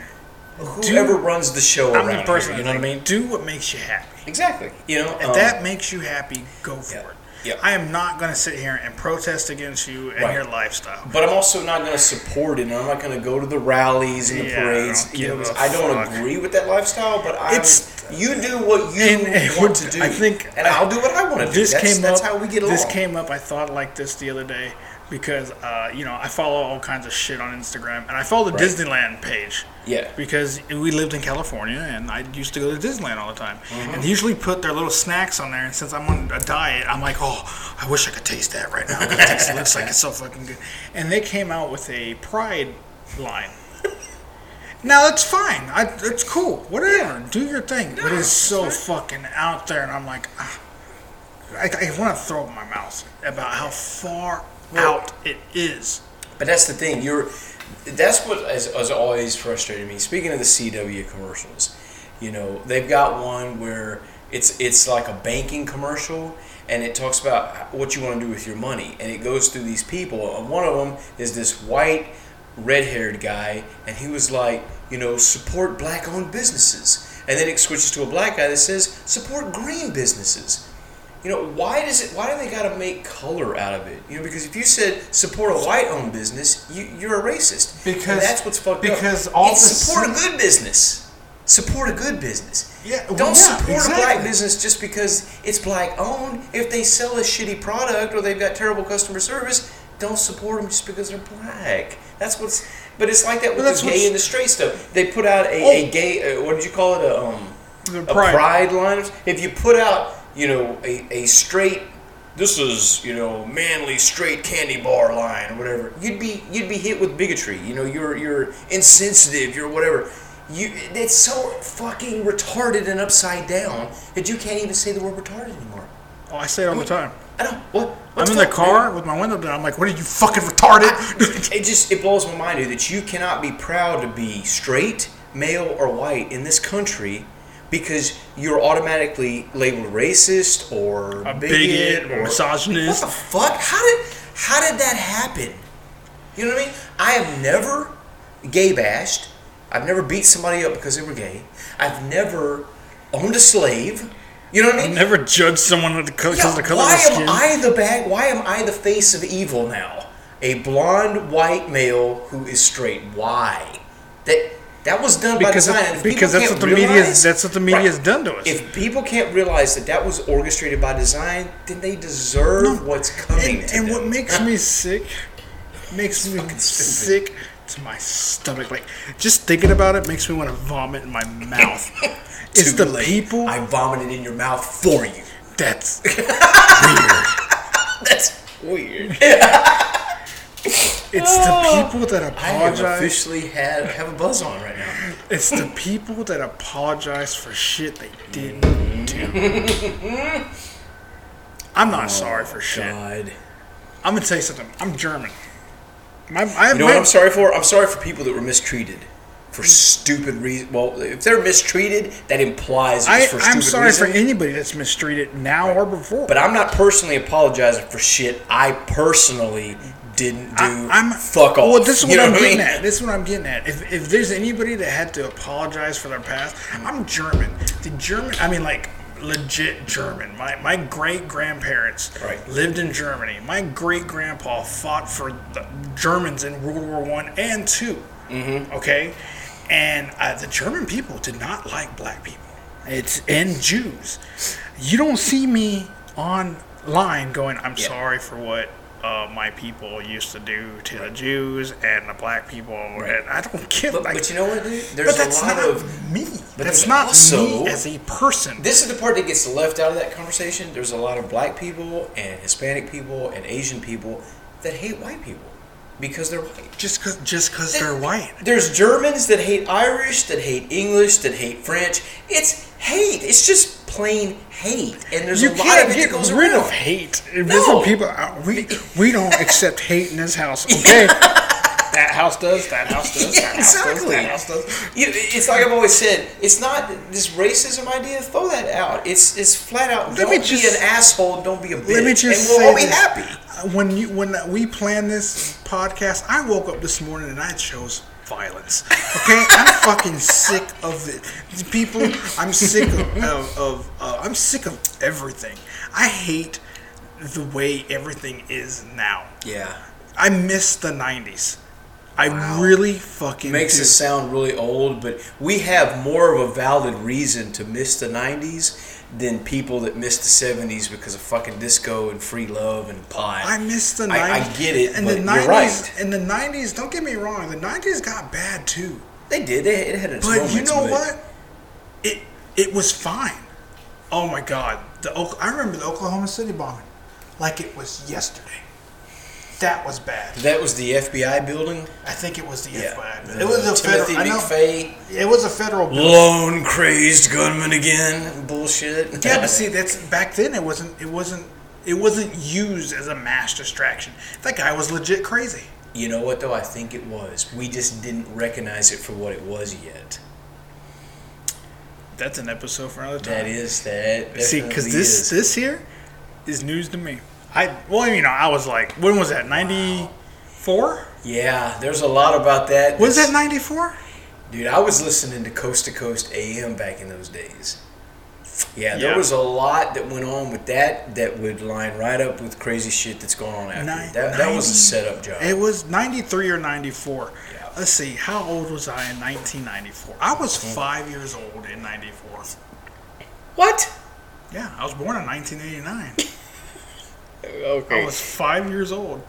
Speaker 4: whoever runs the show
Speaker 5: I'm
Speaker 4: around
Speaker 5: the person.
Speaker 4: here,
Speaker 5: You
Speaker 4: you know what I mean?
Speaker 5: Do what makes you happy.
Speaker 4: Exactly. You know
Speaker 5: If
Speaker 4: um,
Speaker 5: that makes you happy, go for
Speaker 4: yeah,
Speaker 5: it.
Speaker 4: yeah.
Speaker 5: I am not going to sit here and protest against you and
Speaker 4: Right.
Speaker 5: your lifestyle.
Speaker 4: But I'm also not going to support it, and I'm not going to go to the rallies and the
Speaker 5: Yeah, I
Speaker 4: parades.
Speaker 5: don't
Speaker 4: you know,
Speaker 5: give
Speaker 4: because
Speaker 5: a
Speaker 4: I don't
Speaker 5: fuck.
Speaker 4: agree with that lifestyle, but I.
Speaker 5: It's-
Speaker 4: You do what you
Speaker 5: And- and
Speaker 4: want
Speaker 5: what-
Speaker 4: to do.
Speaker 5: I think-
Speaker 4: and I'll do what I want to do.
Speaker 5: This
Speaker 4: That's,
Speaker 5: came
Speaker 4: that's
Speaker 5: up.
Speaker 4: how we get along.
Speaker 5: This came up. I thought like this the other day. because uh, you know I follow all kinds of shit on Instagram, and I follow the Disneyland page.
Speaker 4: Yeah.
Speaker 5: Because we lived in California, and I used to go to Disneyland all the time,
Speaker 4: Mm-hmm.
Speaker 5: and they usually put their little snacks on there. And since I'm on a diet, I'm like, oh, I wish I could taste that right now. 'cause It tastes- it looks like it's so fucking good. And they came out with a Pride line. Now that's fine. I, it's cool. Whatever. Do your thing. but it's so fucking out there, and I'm like, ah, I, I want to throw up in my mouth about how far out it is.
Speaker 4: But that's the thing. You're that's what has, has always frustrated me. Speaking of the CW commercials, you know they've got one where it's it's like a banking commercial, and it talks about what you want to do with your money, and it goes through these people. And One of them is this white, red-haired guy, and he was like, you know, support black-owned businesses, and then it switches to a black guy that says support green businesses. You know, why does it? Why do they got to make color out of it? You know, because if you said support a white-owned business, you, you're a racist. And
Speaker 5: Because-
Speaker 4: that's what's fucked up.
Speaker 5: because all
Speaker 4: It's
Speaker 5: the
Speaker 4: support a
Speaker 5: sin-
Speaker 4: good business. Support a good business.
Speaker 5: Yeah, well,
Speaker 4: Don't
Speaker 5: yeah,
Speaker 4: support a black
Speaker 5: exactly.
Speaker 4: business just because it's black-owned. If they sell a shitty product or they've got terrible customer service, don't support them just because they're black. That's what's. But it's like that with
Speaker 5: that's
Speaker 4: the gay
Speaker 5: what's- Oh.
Speaker 4: and the straight stuff. They put out a, a gay. Uh, what did you call it? A um
Speaker 5: The
Speaker 4: a
Speaker 5: pride.
Speaker 4: pride line. If you put out, you know, a, a straight, this is you know manly straight candy bar line or whatever, you'd be you'd be hit with bigotry. You know, you're you're insensitive. You're whatever. You it's so fucking retarded and upside down that you can't even say the word retarded anymore.
Speaker 5: Oh, I say it all the time.
Speaker 4: I don't what. what
Speaker 5: I'm in the
Speaker 4: fuck, man?
Speaker 5: car with my window down. I'm like, what are you fucking retarded?
Speaker 4: it just it blows my mind dude that you cannot be proud to be straight male or white in this country because you're automatically labeled racist or
Speaker 5: A bigot or
Speaker 4: what
Speaker 5: misogynist.
Speaker 4: the fuck how did how did that happen you know what i mean i have never gay bashed i've never beat somebody up because they were gay i've never owned a slave you know what i mean
Speaker 5: Never judge someone with the color,
Speaker 4: yeah,
Speaker 5: because the color of
Speaker 4: why
Speaker 5: their
Speaker 4: am
Speaker 5: skin.
Speaker 4: I the bag? Why am I the face of evil now? A blonde white male who is straight. Why? That that was done
Speaker 5: Because
Speaker 4: by
Speaker 5: it-
Speaker 4: design. and if people
Speaker 5: because
Speaker 4: can't
Speaker 5: that's what the media's-
Speaker 4: realize-
Speaker 5: that's what the media's done to us.
Speaker 4: If people can't realize that that was orchestrated by design, then they deserve what's coming.
Speaker 5: and,
Speaker 4: to
Speaker 5: and
Speaker 4: them.
Speaker 5: what makes me sick makes me sick to my stomach like just thinking about it makes me want to vomit in my mouth
Speaker 4: Too
Speaker 5: it's the
Speaker 4: late.
Speaker 5: people
Speaker 4: I vomited in your mouth for you.
Speaker 5: that's
Speaker 4: That's weird.
Speaker 5: it's the people that
Speaker 4: I have
Speaker 5: apologize
Speaker 4: officially had have a buzz on right now.
Speaker 5: it's the people that apologize for shit they didn't do i'm not sorry for shit
Speaker 4: Oh, God.
Speaker 5: i'm gonna tell you something i'm german my, I,
Speaker 4: You know
Speaker 5: my,
Speaker 4: what I'm sorry for? I'm sorry for people that were mistreated for stupid reasons. Well, if they're mistreated, that implies it was
Speaker 5: I,
Speaker 4: for stupid
Speaker 5: i'm sorry
Speaker 4: reason.
Speaker 5: for anybody that's mistreated now or before
Speaker 4: But I'm not personally apologizing for shit I personally didn't do.
Speaker 5: I, am
Speaker 4: fuck off.
Speaker 5: Well, this is
Speaker 4: You
Speaker 5: what
Speaker 4: know
Speaker 5: I'm
Speaker 4: I
Speaker 5: getting
Speaker 4: mean?
Speaker 5: at. This is what I'm getting at. If, if there's anybody that had to apologize for their past, I'm German. The German, I mean, like legit German. My my great grandparents
Speaker 4: Right.
Speaker 5: lived in Germany. My great grandpa fought for the Germans in World War One and 2 Mm-hmm. Okay, and uh, the German people did not like black people. It's and Jews. You don't see me online going, "I'm
Speaker 4: Yeah.
Speaker 5: sorry for what." Uh, my people used to do to the Jews and the black people, and I don't give.
Speaker 4: But-
Speaker 5: like,
Speaker 4: but you know what, dude?
Speaker 5: but
Speaker 4: There's a
Speaker 5: that's
Speaker 4: lot
Speaker 5: not
Speaker 4: of-
Speaker 5: me.
Speaker 4: but
Speaker 5: that's
Speaker 4: there's
Speaker 5: not
Speaker 4: also-
Speaker 5: me as a person.
Speaker 4: This is the part that gets left out of that conversation. There's a lot of black people and Hispanic people and Asian people that hate white people because they're white.
Speaker 5: just cause, just cause they're white.
Speaker 4: There's Germans that hate Irish, that hate English, that hate French. It's hate. It's just plain hate. And there's
Speaker 5: You
Speaker 4: a lot of
Speaker 5: can't
Speaker 4: it
Speaker 5: get
Speaker 4: that goes
Speaker 5: rid
Speaker 4: around.
Speaker 5: of hate.
Speaker 4: No.
Speaker 5: If There's some people out. We we don't accept hate in this house. Okay. That house does. That house does.
Speaker 4: Yeah,
Speaker 5: that house
Speaker 4: exactly.
Speaker 5: Does, that house does.
Speaker 4: You- it's like I've always said. It's not this racism idea. Throw that out. It's it's flat out.
Speaker 5: Let
Speaker 4: don't
Speaker 5: me
Speaker 4: be
Speaker 5: just-
Speaker 4: an asshole. and Don't be a bitch.
Speaker 5: Let me just
Speaker 4: and
Speaker 5: say
Speaker 4: we'll all be
Speaker 5: this. Uh,
Speaker 4: happy.
Speaker 5: When you when we planned this podcast, I woke up this morning and I chose violence. Okay, I'm fucking sick of it. The People, I'm sick of of, of uh, I'm sick of everything. I hate the way everything is now.
Speaker 4: Yeah,
Speaker 5: I miss the '90s. I really fucking
Speaker 4: makes
Speaker 5: do.
Speaker 4: us sound really old, but we have more of a valid reason to miss the '90s than people that missed the '70s because of fucking disco and free love and pot.
Speaker 5: I miss the 90s.
Speaker 4: I- I get it,
Speaker 5: And
Speaker 4: but
Speaker 5: the
Speaker 4: you're
Speaker 5: 90s,
Speaker 4: right.
Speaker 5: And the 90s, don't get me wrong, the 90s got bad too.
Speaker 4: They did. They, it had its
Speaker 5: But you
Speaker 4: moments,
Speaker 5: know
Speaker 4: but-
Speaker 5: what? It it was fine. Oh my God. The Ok- I remember the Oklahoma City bombing like it was yesterday. That was bad.
Speaker 4: That was the FBI building.
Speaker 5: I think it was the
Speaker 4: Yeah,
Speaker 5: FBI.
Speaker 4: the
Speaker 5: It was a
Speaker 4: Timothy
Speaker 5: federal. I know-
Speaker 4: McVeigh.
Speaker 5: It was a federal. bill.
Speaker 4: Lone crazed gunman again. Bullshit.
Speaker 5: Yeah, but see, that's back then. It wasn't. It wasn't. It wasn't used as a mass distraction. That guy was legit crazy.
Speaker 4: You know what though? I think it was. We just didn't recognize it for what it was yet.
Speaker 5: That's an episode for another time.
Speaker 4: That is that.
Speaker 5: See, because
Speaker 4: definitely
Speaker 5: this
Speaker 4: is.
Speaker 5: this here is news to me. I well, you know, I was like, when was that? Ninety four?
Speaker 4: Yeah, there's a lot about that.
Speaker 5: Was that
Speaker 4: that's-
Speaker 5: ninety four?
Speaker 4: Dude, I was listening to Coast to Coast AM back in those days. Yeah, there
Speaker 5: Yeah.
Speaker 4: was a lot that went on with that that would line right up with crazy shit that's going on after.
Speaker 5: Nine-
Speaker 4: that, that was a
Speaker 5: 90
Speaker 4: setup job.
Speaker 5: It was ninety three or ninety four.
Speaker 4: Yeah.
Speaker 5: Let's see, how old was I in nineteen ninety four? I was
Speaker 4: Mm.
Speaker 5: five years old in ninety four.
Speaker 4: what?
Speaker 5: Yeah, I was born in nineteen eighty nine. I
Speaker 4: Okay.
Speaker 5: was five years old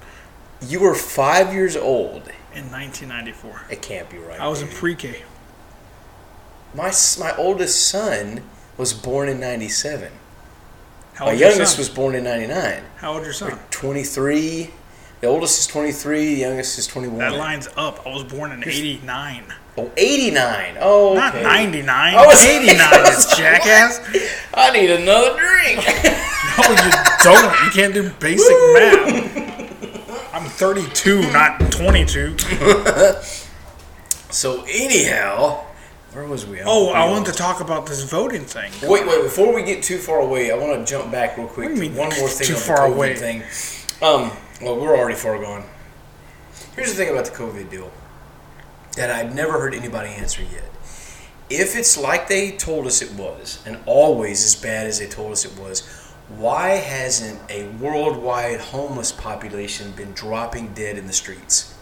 Speaker 4: you were five years old.
Speaker 5: in nineteen ninety four.
Speaker 4: It can't be right.
Speaker 5: I was in
Speaker 4: dude.
Speaker 5: pre K.
Speaker 4: my s- my oldest son was born in '97.
Speaker 5: How
Speaker 4: My
Speaker 5: old Oh, your
Speaker 4: youngest
Speaker 5: son?
Speaker 4: was born in '99.
Speaker 5: How old your son?
Speaker 4: 23. The oldest is 23. The youngest is 21.
Speaker 5: That lines up. I was born in eighty nine.
Speaker 4: Oh, 89. Oh, okay.
Speaker 5: Not ninety nine.
Speaker 4: I was-
Speaker 5: Eighty
Speaker 4: I
Speaker 5: nine,
Speaker 4: was like,
Speaker 5: jackass.
Speaker 4: I need another drink.
Speaker 5: No, you don't. You can't do basic math. I'm 32, not 22.
Speaker 4: so anyhow, where was we?
Speaker 5: Oh, I
Speaker 4: We
Speaker 5: want to talk about this voting thing.
Speaker 4: Wait, wait. Before we get too far away, I want to jump back real quick.
Speaker 5: What do
Speaker 4: to
Speaker 5: you mean,
Speaker 4: One more thing.
Speaker 5: too
Speaker 4: on the
Speaker 5: far
Speaker 4: COVID
Speaker 5: away?
Speaker 4: Thing. Um. Well, we're already far gone. Here's the thing about the COVID deal that I've never heard anybody answer yet. If it's like they told us it was, and always as bad as they told us it was, why hasn't a worldwide homeless population been dropping dead in the streets?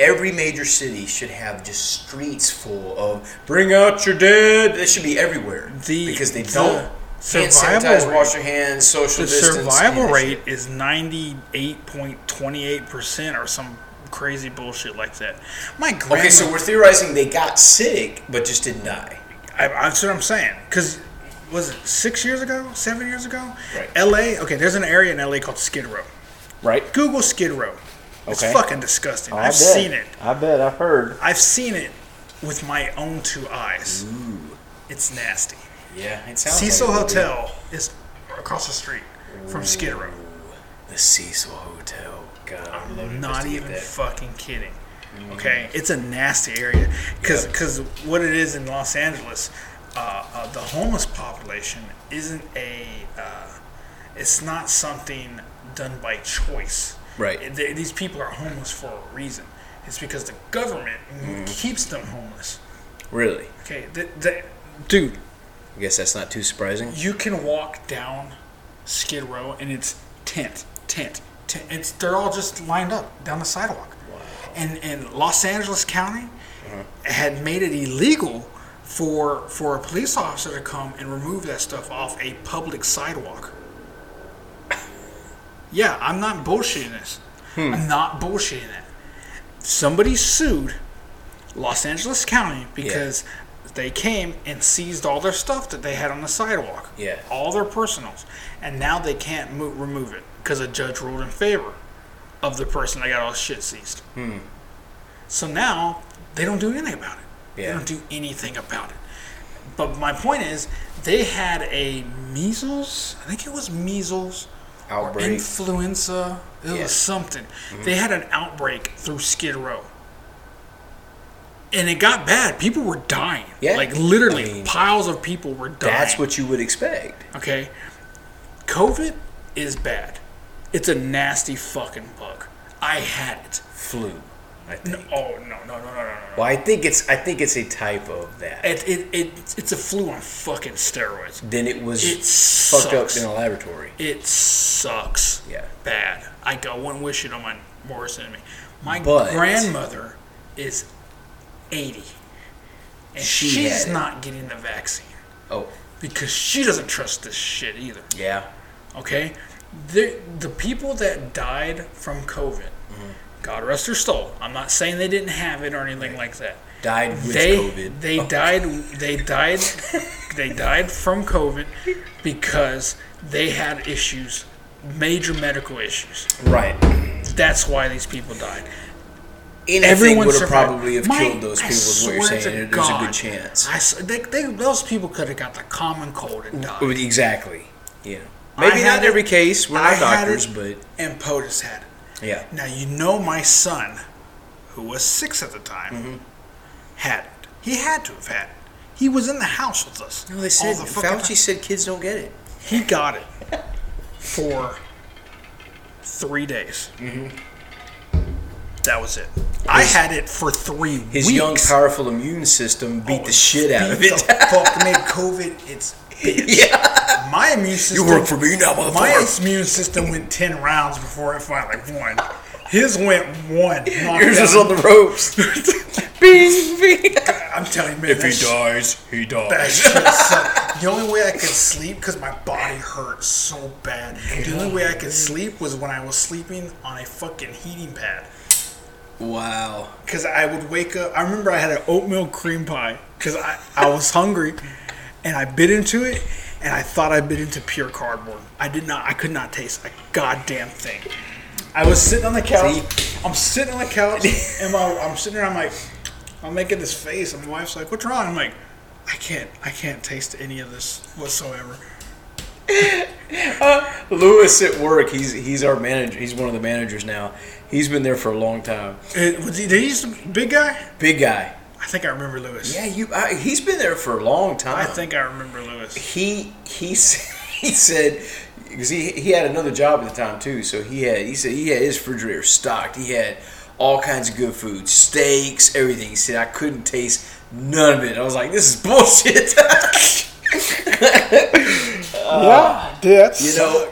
Speaker 4: Every major city should have just streets full of "Bring out your dead." They should be everywhere
Speaker 5: The-
Speaker 4: because they
Speaker 5: the
Speaker 4: don't hand
Speaker 5: survival
Speaker 4: sanitize,
Speaker 5: rate-
Speaker 4: wash your hands, social
Speaker 5: The
Speaker 4: distance.
Speaker 5: survival
Speaker 4: and-
Speaker 5: rate is 98.28% or some crazy bullshit like that. My grandma.
Speaker 4: Okay, so we're theorizing they got sick but just didn't die.
Speaker 5: I, that's what I'm saying. Because was it six years ago, seven years ago?
Speaker 4: Right.
Speaker 5: LA, okay, there's an area in LA called Skid Row.
Speaker 4: Right.
Speaker 5: Google Skid Row. It's
Speaker 4: Okay. Oh,
Speaker 5: fucking disgusting. I've seen it.
Speaker 4: I bet. I've heard.
Speaker 5: I've seen it with my own two eyes. It's nasty.
Speaker 4: Yeah, it sounds.
Speaker 5: Cecil
Speaker 4: like it would be.
Speaker 5: Hotel is across the street from Skid Row.
Speaker 4: The Cecil Hotel. God, I'm loaded just
Speaker 5: Not
Speaker 4: to get
Speaker 5: even
Speaker 4: that. Mm.
Speaker 5: fucking kidding. Okay, it's a nasty area because
Speaker 4: Yep.
Speaker 5: what it is in Los Angeles, uh, uh, the homeless population isn't a, uh, it's not something done by choice.
Speaker 4: Right.
Speaker 5: They- these people are homeless for a reason. It's because the government
Speaker 4: Mm.
Speaker 5: keeps them homeless.
Speaker 4: Really?
Speaker 5: Okay, th- th- dude,
Speaker 4: I guess that's not too surprising.
Speaker 5: you can walk down Skid Row and it's tent, tent, tent. It's they're all just lined up down the sidewalk. And and Los Angeles County had made it illegal for for a police officer to come and remove that stuff off a public sidewalk. Yeah, I'm not bullshitting this. I'm not bullshitting it. Somebody sued Los Angeles County because they came and seized all their stuff that they had on the sidewalk.
Speaker 4: Yeah.
Speaker 5: All their personals. And now they can't mo- remove it because a judge ruled in favor of the person that got all the shit seized.
Speaker 4: Hmm.
Speaker 5: So now they don't do anything about it. They
Speaker 4: Yeah.
Speaker 5: don't do anything about it. But my point is, they had a measles, I think it was measles
Speaker 4: Outbreak.
Speaker 5: influenza. It
Speaker 4: Yeah. Mm-hmm.
Speaker 5: was something. They had an outbreak through Skid Row. And it got bad. People were dying.
Speaker 4: Yeah.
Speaker 5: Like literally
Speaker 4: I mean,
Speaker 5: piles of people were dying.
Speaker 4: That's what you would expect.
Speaker 5: Okay. COVID is bad. It's a nasty fucking bug. I had it.
Speaker 4: Flu. I think.
Speaker 5: No, oh no, no, no, no, no, no.
Speaker 4: Well, I think it's. I think it's a type of that.
Speaker 5: It, it, it, it's a flu on fucking steroids.
Speaker 4: then it was
Speaker 5: It
Speaker 4: fucked
Speaker 5: sucks.
Speaker 4: up in a laboratory.
Speaker 5: It sucks.
Speaker 4: Yeah.
Speaker 5: Bad. I go, I wouldn't wish it on my worst enemy. My
Speaker 4: But-
Speaker 5: grandmother is 80. And
Speaker 4: She
Speaker 5: she's
Speaker 4: had it.
Speaker 5: not getting the vaccine.
Speaker 4: Oh,
Speaker 5: because she doesn't trust this shit either.
Speaker 4: Yeah.
Speaker 5: Okay, the the people that died from COVID,
Speaker 4: Mm-hmm.
Speaker 5: God rest her soul. I'm not saying they didn't have it or anything like that.
Speaker 4: Died with
Speaker 5: they
Speaker 4: COVID. Oh.
Speaker 5: they died they died they died from COVID because they had issues, major medical issues.
Speaker 4: Right.
Speaker 5: That's why these people died.
Speaker 4: Anything
Speaker 5: Everyone
Speaker 4: would have
Speaker 5: survived.
Speaker 4: probably have
Speaker 5: Mike,
Speaker 4: killed those
Speaker 5: I
Speaker 4: people. Is what you're
Speaker 5: swear
Speaker 4: saying?
Speaker 5: to
Speaker 4: There's a
Speaker 5: God,
Speaker 4: good chance.
Speaker 5: I s they, they, those people could have got the common cold and died.
Speaker 4: Well, Exactly. Yeah.
Speaker 5: I
Speaker 4: Maybe
Speaker 5: had
Speaker 4: not in
Speaker 5: it-
Speaker 4: every case. We're not
Speaker 5: I had
Speaker 4: doctors,
Speaker 5: it,
Speaker 4: but
Speaker 5: and POTUS had it.
Speaker 4: yeah.
Speaker 5: Now you know my son, who was six at the time,
Speaker 4: Mm-hmm.
Speaker 5: had it. He had to have had it. He was in the house with us.
Speaker 4: No, they said
Speaker 5: all the fucking
Speaker 4: Fauci said kids don't get it.
Speaker 5: He got it for three days. That was it. I had it for three
Speaker 4: His
Speaker 5: weeks. Oh,
Speaker 4: young, powerful immune system beat the shit out of
Speaker 5: Beat
Speaker 4: it.
Speaker 5: The fuck made COVID its bitch. My immune system.
Speaker 4: work for me now, motherfucker.
Speaker 5: My immune system went ten rounds before it finally won. His went one. knocked
Speaker 4: Yours was
Speaker 5: out.
Speaker 4: on the ropes. bing, bing.
Speaker 5: I'm telling you, man, that shit-
Speaker 4: dies, he
Speaker 5: That
Speaker 4: dies.
Speaker 5: shit sucked. The only way I could sleep because my body hurt so bad. The only way I could sleep was when I was sleeping on a fucking heating pad.
Speaker 4: Wow.
Speaker 5: Because I would wake up. I remember I had an oatmeal cream pie because I, I was hungry, and I bit into it, and I thought I bit into pure cardboard. I did not. I could not taste a goddamn thing. I was sitting on the couch.
Speaker 4: See?
Speaker 5: I'm sitting on the couch, and my, I'm sitting there. I'm like, I'm making this face, and my wife's like, "What's wrong?" I'm like, "I can't. I can't taste any of this whatsoever."
Speaker 4: Uh, Lewis at work. He's he's our manager. He's one of the managers now. He's been there for a long time.
Speaker 5: It, was he, did he used to, big guy?
Speaker 4: Big guy.
Speaker 5: I think I remember Lewis.
Speaker 4: Yeah, you. I, he's been there for a long time.
Speaker 5: I think I remember Lewis.
Speaker 4: he he s- he said because he, he had another job at the time too so he had he said he had his refrigerator stocked he had all kinds of good food steaks everything he said i couldn't taste none of it i was like this is bullshit
Speaker 5: That's
Speaker 4: you know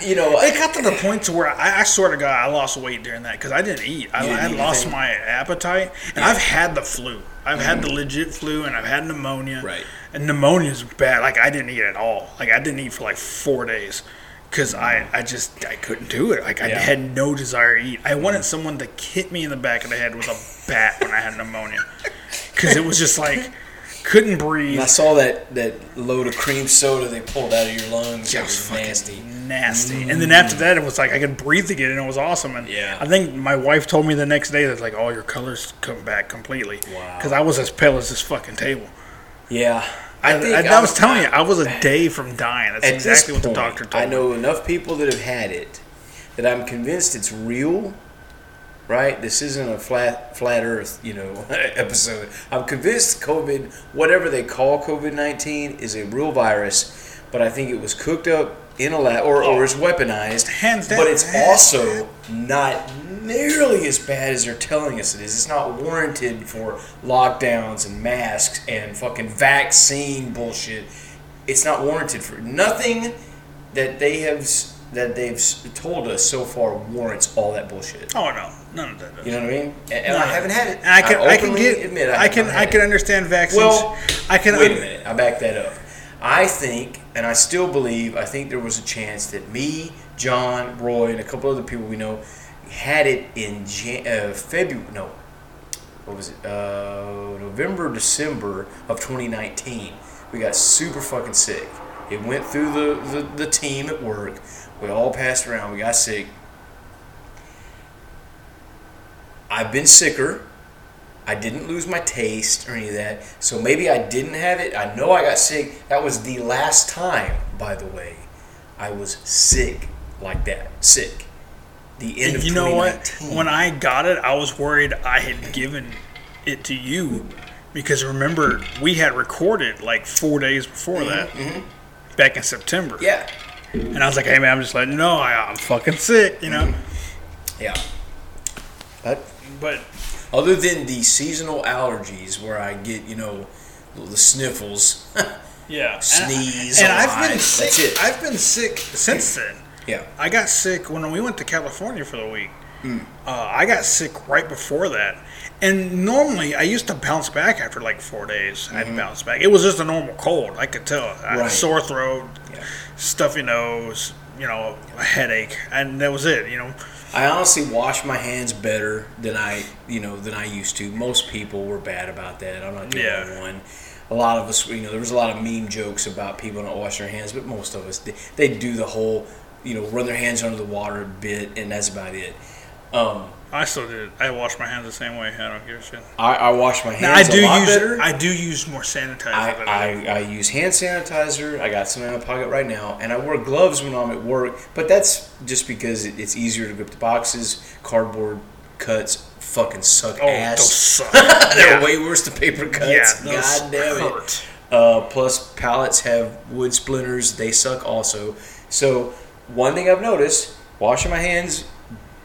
Speaker 4: you know
Speaker 5: It got to the point to where I, I swear to God, I lost weight during that because I didn't eat. I,
Speaker 4: You didn't
Speaker 5: I had
Speaker 4: eat
Speaker 5: lost
Speaker 4: anything. Mm-hmm.
Speaker 5: my appetite, and I've had the flu. I've had the legit flu, and I've had pneumonia.
Speaker 4: Right.
Speaker 5: And pneumonia's bad. Like I didn't eat at all. Like I didn't eat for like four days because I, I just I couldn't do it. Like I
Speaker 4: Mm-hmm. Yeah. Mm-hmm.
Speaker 5: had no desire to eat. I wanted someone to hit me in the back of the head with a bat when I had pneumonia because it was just like couldn't breathe.
Speaker 4: and i saw that that load of cream soda they pulled out of your lungs
Speaker 5: Yeah,
Speaker 4: it was
Speaker 5: fucking
Speaker 4: nasty
Speaker 5: nasty. And then after that, it was like I could breathe again, and it was awesome. And
Speaker 4: Yeah.
Speaker 5: I think my wife told me the next day that like all your colors come back completely.
Speaker 4: Wow.
Speaker 5: Because I was as pale as this fucking table.
Speaker 4: yeah
Speaker 5: I, I, I was telling you, I was a day from dying. That's
Speaker 4: at
Speaker 5: exactly
Speaker 4: this
Speaker 5: what
Speaker 4: point,
Speaker 5: the doctor told
Speaker 4: I know enough people that have had it that I'm convinced it's real. Right? This isn't a flat flat Earth, you know, episode. I'm convinced COVID, whatever they call COVID nineteen, is a real virus, but I think it was cooked up in a lab or, or is weaponized.
Speaker 5: Hands down.
Speaker 4: But it's also not nearly as bad as they're telling us it is. It's not warranted for lockdowns and masks and fucking vaccine bullshit. It's not warranted for nothing that they have s- that they've s- told us so far warrants all that bullshit.
Speaker 5: you. Oh no, none of that. does.
Speaker 4: You know what I mean? And, and
Speaker 5: No.
Speaker 4: I haven't had it.
Speaker 5: And I can, I, can
Speaker 4: openly
Speaker 5: get,
Speaker 4: admit
Speaker 5: I,
Speaker 4: have
Speaker 5: can,
Speaker 4: not
Speaker 5: I
Speaker 4: had
Speaker 5: can
Speaker 4: it.
Speaker 5: understand vaccines.
Speaker 4: Well,
Speaker 5: I can.
Speaker 4: Wait a minute, I back that up. I think, and I still believe, I think there was a chance that me, John, Roy, and a couple other people we know had it in Jan- uh, February. No, what was it? Uh, November, December of 2019. We got super fucking sick. It went through the, the, the team at work. We all passed around. We got sick. I've been sicker. I didn't lose my taste or any of that. So maybe I didn't have it. I know I got sick. That was the last time, by the way, I was sick like that. Sick. The end of
Speaker 5: you know what?
Speaker 4: 2019.
Speaker 5: When I got it, I was worried I had given it to you because remember we had recorded like four days before that, back in September.
Speaker 4: Mm-hmm, Yeah.
Speaker 5: And I was like, "Hey man, I'm just letting you know I, I'm fucking sick," you know.
Speaker 4: Mm-hmm. Yeah. But
Speaker 5: But
Speaker 4: other than the seasonal allergies where I get, you know, the sniffles.
Speaker 5: yeah,
Speaker 4: Sneeze
Speaker 5: And,
Speaker 4: a
Speaker 5: I, and I've been
Speaker 4: lot.
Speaker 5: sick.
Speaker 4: That's it.
Speaker 5: I've been sick since then.
Speaker 4: yeah.
Speaker 5: I got
Speaker 4: Hmm.
Speaker 5: sick when we went to California for the week. Uh, I got sick right before that, And normally, I used to bounce back after like four days. I'd bounce back. It was just a normal cold. I could tell. I had
Speaker 4: Mm-hmm. Right.
Speaker 5: sore throat,
Speaker 4: Yeah.
Speaker 5: stuffy nose, you know, a headache, and that was it. You know,
Speaker 4: I honestly wash my hands better than I, you know, than I used to. Most people were bad about that. I'm not the
Speaker 5: Yeah.
Speaker 4: only one. A lot of us, you know, there was a lot of meme jokes about people not washing their hands, but most of us, they, they do the whole, you know, run their hands under the water bit, and that's about it. Um,
Speaker 5: I still did. it. I wash my hands the same way. I don't give a shit.
Speaker 4: I, I wash my hands
Speaker 5: Now, I
Speaker 4: a
Speaker 5: do
Speaker 4: lot
Speaker 5: use.
Speaker 4: better.
Speaker 5: I do use more sanitizer. than
Speaker 4: I,
Speaker 5: I,
Speaker 4: I, I use hand sanitizer. I got some in my pocket right now, and I wear gloves when I'm at work. But that's just because it, it's easier to grip the boxes. Cardboard cuts fucking suck
Speaker 5: oh, those
Speaker 4: ass.
Speaker 5: suck.
Speaker 4: They're
Speaker 5: yeah.
Speaker 4: way worse than paper
Speaker 5: yeah,
Speaker 4: cuts.
Speaker 5: those
Speaker 4: God damn it.
Speaker 5: hurt.
Speaker 4: Uh, plus, pallets have wood splinters. They suck also. So, one thing I've noticed washing my hands,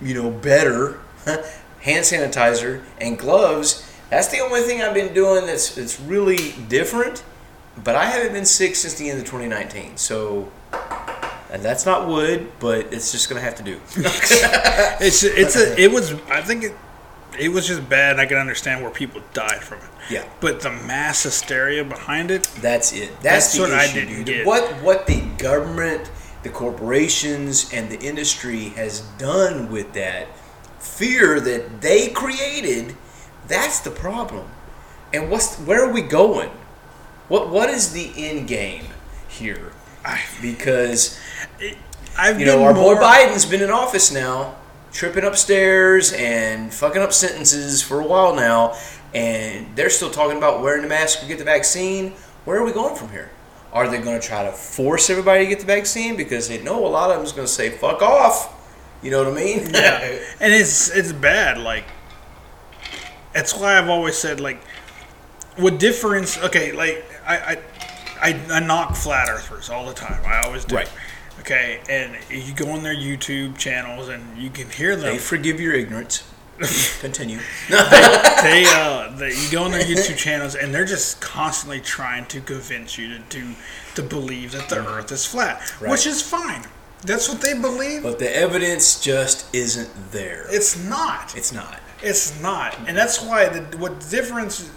Speaker 4: you know, better, hand sanitizer, and gloves. That's the only thing I've been doing that's, that's really different. But I haven't been sick since the end of 2019. So, and that's not wood, but it's just going to have to do.
Speaker 5: It's it's a, it was I think it it was just bad. I can understand where people died from it.
Speaker 4: Yeah.
Speaker 5: But the mass hysteria behind it,
Speaker 4: That's it. That's,
Speaker 5: That's
Speaker 4: the
Speaker 5: what I
Speaker 4: issue,
Speaker 5: didn't
Speaker 4: dude.
Speaker 5: get.
Speaker 4: What what the government, the corporations, and the industry has done with that fear that they created, that's the problem. And what's where are we going? What what is the end game here? Because
Speaker 5: I've
Speaker 4: you
Speaker 5: been
Speaker 4: know our
Speaker 5: more
Speaker 4: boy Biden's been in office now, tripping upstairs and fucking up sentences for a while now, and they're still talking about wearing the mask to get the vaccine. Where are we going from here? Are they going to try to force everybody to get the vaccine because they know a lot of them's going to say "fuck off"? You know what I mean?
Speaker 5: and it's it's bad. Like that's why I've always said like what difference? Okay, like I I I, I knock flat earthers all the time. I always do.
Speaker 4: Right.
Speaker 5: Okay, and you go on their YouTube channels and you can hear them.
Speaker 4: they forgive your ignorance. Continue.
Speaker 5: they uh they, you go on their YouTube channels and they're just constantly trying to convince you to to, to believe that the earth is flat,
Speaker 4: Right.
Speaker 5: which is fine. That's what they believe.
Speaker 4: But the evidence just isn't there.
Speaker 5: It's not.
Speaker 4: It's not.
Speaker 5: It's not. And that's why the what difference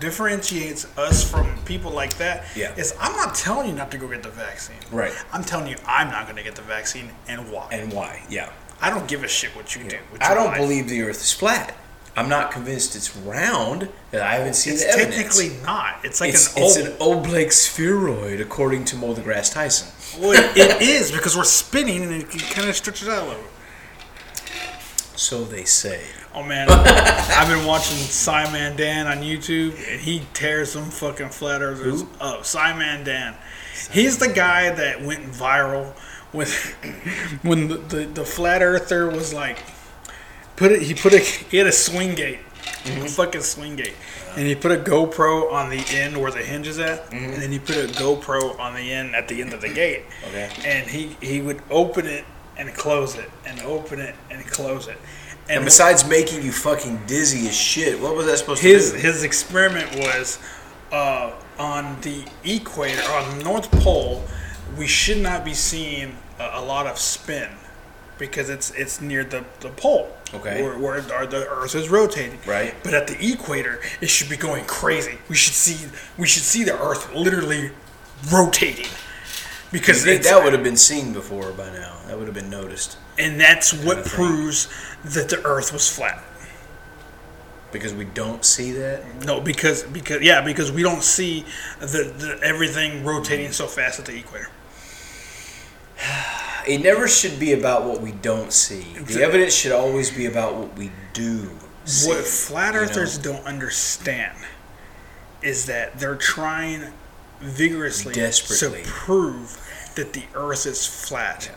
Speaker 5: differentiates us from people like that
Speaker 4: Yeah.
Speaker 5: is I'm not telling you not to go get the vaccine.
Speaker 4: Right.
Speaker 5: I'm telling you I'm not going to get the vaccine and why.
Speaker 4: And why? Yeah.
Speaker 5: I don't give a shit what you do. With
Speaker 4: I
Speaker 5: your
Speaker 4: don't
Speaker 5: life.
Speaker 4: believe the Earth is flat. I'm not convinced it's round. That I haven't seen
Speaker 5: it's
Speaker 4: the evidence.
Speaker 5: technically not. It's like
Speaker 4: it's,
Speaker 5: an
Speaker 4: it's
Speaker 5: old
Speaker 4: an oblique spheroid, according to Mo deGrasse Tyson.
Speaker 5: Well, it- it is because we're spinning and it kind of stretches out a little.
Speaker 4: So they say.
Speaker 5: Oh man, I've been watching Simon Dan on YouTube and he tears them fucking flat earthers up. Simon Dan, he's the guy that went viral when when the, the, the flat earther was like put it. He put a he had a swing gate, a fucking swing gate, and he put a GoPro on the end where the hinge is at, and then he put a GoPro on the end at the end of the gate.
Speaker 4: Okay.
Speaker 5: and he he would open it and close it and open it and close it.
Speaker 4: And besides making you fucking dizzy as shit, what was that supposed
Speaker 5: his
Speaker 4: to do?
Speaker 5: his experiment was uh, on the equator on the North Pole. We should not be seeing a, a lot of spin because it's it's near the, the pole.
Speaker 4: Okay.
Speaker 5: Where, where our- the Earth is rotating.
Speaker 4: Right.
Speaker 5: But at the equator, it should be going crazy. We should see we should see the Earth literally rotating
Speaker 4: You
Speaker 5: because
Speaker 4: think
Speaker 5: it's-
Speaker 4: that would have been seen before by now. That would have been noticed
Speaker 5: and that's what
Speaker 4: thing.
Speaker 5: proves that the Earth was flat.
Speaker 4: because we don't see that.
Speaker 5: No, because because yeah, because we don't see the, the everything
Speaker 4: Mm-hmm.
Speaker 5: rotating so fast at the equator.
Speaker 4: It never should be about what we don't see. The evidence should always be about what we do. See,
Speaker 5: what flat
Speaker 4: you know?
Speaker 5: earthers don't understand is that they're trying vigorously
Speaker 4: Desperately.
Speaker 5: to prove that the earth is flat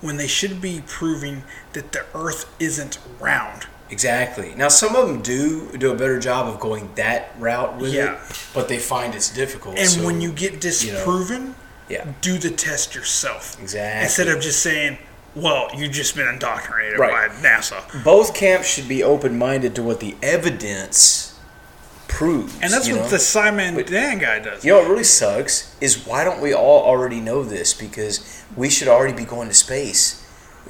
Speaker 5: when they should be proving that the earth isn't round.
Speaker 4: Exactly. Now, some of them do do a better job of going that route with it,
Speaker 5: Yeah.
Speaker 4: but they find it's difficult.
Speaker 5: And
Speaker 4: so-
Speaker 5: when you get disproven,
Speaker 4: yeah,
Speaker 5: do the test yourself.
Speaker 4: Exactly.
Speaker 5: Instead of just saying, well, you've just been indoctrinated
Speaker 4: Right. Mm-hmm.
Speaker 5: by NASA.
Speaker 4: both camps should be open minded to what the evidence proves.
Speaker 5: And that's
Speaker 4: you
Speaker 5: what
Speaker 4: know?
Speaker 5: the Simon Dan guy does.
Speaker 4: You know what really sucks is why don't we all already know this? Because we should already be going to space.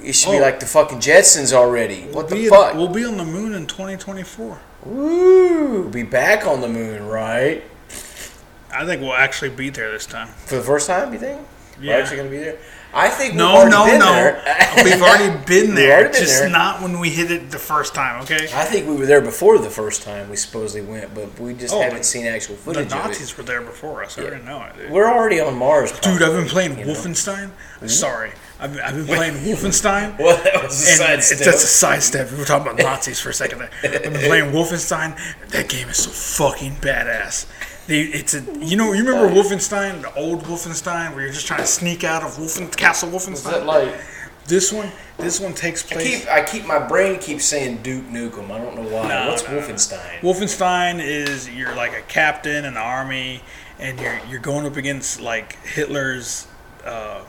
Speaker 4: It should be
Speaker 5: Oh.
Speaker 4: like the fucking Jetsons already. what
Speaker 5: We'll
Speaker 4: the
Speaker 5: be-
Speaker 4: fuck?
Speaker 5: We'll be on the moon in 2024.
Speaker 4: Woo! Be back on the moon, right?
Speaker 5: I think we'll actually be there this time.
Speaker 4: For the first time, you think?
Speaker 5: Yeah.
Speaker 4: We're actually gonna be there. I think. we've
Speaker 5: No,
Speaker 4: already
Speaker 5: no,
Speaker 4: been
Speaker 5: no.
Speaker 4: there.
Speaker 5: We've already been
Speaker 4: We've
Speaker 5: there.
Speaker 4: already been
Speaker 5: just
Speaker 4: there.
Speaker 5: not when we hit it the first time, okay?
Speaker 4: I think we were there before the first time we supposedly went, but we just
Speaker 5: Oh,
Speaker 4: haven't seen actual
Speaker 5: The
Speaker 4: footage of it.
Speaker 5: Nazis were there before us. I already know it.
Speaker 4: We're already on Mars,
Speaker 5: Dude,
Speaker 4: probably.
Speaker 5: I've been playing Wolfenstein.
Speaker 4: Hmm?
Speaker 5: Sorry. I've been, I've been playing Wolfenstein.
Speaker 4: Well, that was a
Speaker 5: and
Speaker 4: side
Speaker 5: it-
Speaker 4: step.
Speaker 5: That's a sidestep. We were talking about Nazis for a second there. I've been playing Wolfenstein. That game is so fucking badass. They, it's a you know you
Speaker 4: Uh,
Speaker 5: remember Wolfenstein, the old Wolfenstein, where you're just trying to sneak out of Wolfen, Castle
Speaker 4: Is that
Speaker 5: Wolfenstein.
Speaker 4: like?
Speaker 5: this one, this one takes
Speaker 4: I
Speaker 5: place.
Speaker 4: keep, I keep my brain keeps saying Duke Nukem. I don't know why.
Speaker 5: No,
Speaker 4: What's
Speaker 5: no, no.
Speaker 4: Wolfenstein?
Speaker 5: Wolfenstein is you're like a captain in the army, and you're you're going up against like Hitler's, uh,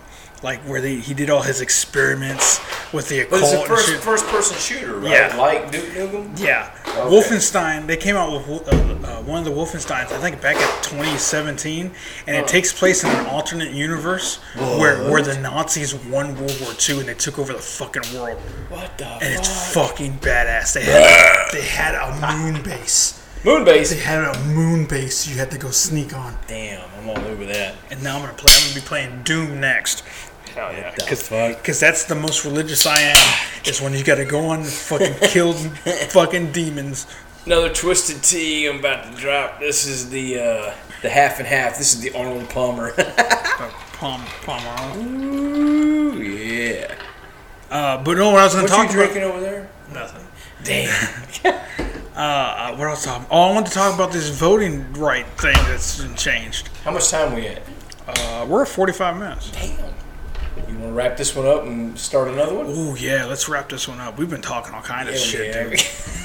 Speaker 5: like where they he did all his experiments with the
Speaker 4: But
Speaker 5: occult.
Speaker 4: it's a
Speaker 5: and
Speaker 4: first
Speaker 5: shit.
Speaker 4: first person shooter, right?
Speaker 5: Yeah.
Speaker 4: Like Duke Nukem.
Speaker 5: Yeah, Wolfenstein. They came out with Wo- uh, uh, one of the Wolfensteins, I think, back in 2017, and it takes place in an alternate universe where where the Nazis won World War II and they took over the fucking world,
Speaker 4: What the?
Speaker 5: and it's fucking badass. They had they had a moon base. They
Speaker 4: Moonbase.
Speaker 5: had a moon base you had to go sneak on.
Speaker 4: Damn, I'm all over that.
Speaker 5: And now I'm gonna play. I'm gonna be playing Doom next. Hell yeah!
Speaker 4: the
Speaker 5: Because
Speaker 4: fuck?
Speaker 5: that's the most religious I am. Is when you gotta go on and fucking kill fucking demons.
Speaker 4: Another twisted tea I'm about to drop. This is the uh, the half and half. This is the Arnold Palmer.
Speaker 5: Palm, palm on.
Speaker 4: Ooh, yeah.
Speaker 5: Uh, but no, what I was gonna
Speaker 4: What you
Speaker 5: talk
Speaker 4: drinking
Speaker 5: about
Speaker 4: over there?
Speaker 5: nothing.
Speaker 4: Damn.
Speaker 5: Uh, what else? Um, oh, I wanted to talk about this voting right thing that's been changed.
Speaker 4: How much time we at?
Speaker 5: Uh, we're at 45 minutes.
Speaker 4: Damn. You want to wrap this one up and start another one?
Speaker 5: Oh yeah, let's wrap this one up. We've been talking all kind of
Speaker 4: Hell
Speaker 5: shit,
Speaker 4: yeah.
Speaker 5: dude.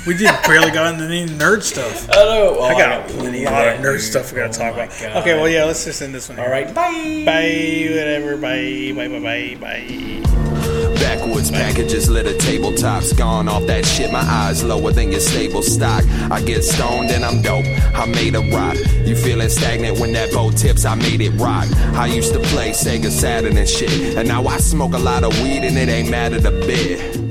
Speaker 5: We did barely got into any nerd stuff.
Speaker 4: I know. Oh,
Speaker 5: I got a
Speaker 4: plenty
Speaker 5: lot
Speaker 4: that,
Speaker 5: of nerd
Speaker 4: dude.
Speaker 5: stuff we gotta
Speaker 4: Oh
Speaker 5: talk
Speaker 4: my
Speaker 5: about.
Speaker 4: God.
Speaker 5: Okay, well, yeah, let's just end this one.
Speaker 4: All right. Bye.
Speaker 5: Bye, whatever. Bye, bye, bye, bye, bye.
Speaker 6: Backwards packages litter tabletops. Gone off that shit, my eyes lower than your stable stock. I get stoned and I'm dope. I made a rock. You feeling stagnant when that boat tips? I made it rock. I used to play Sega Saturn and shit. And now I smoke a lot of weed and it ain't mattered a bit.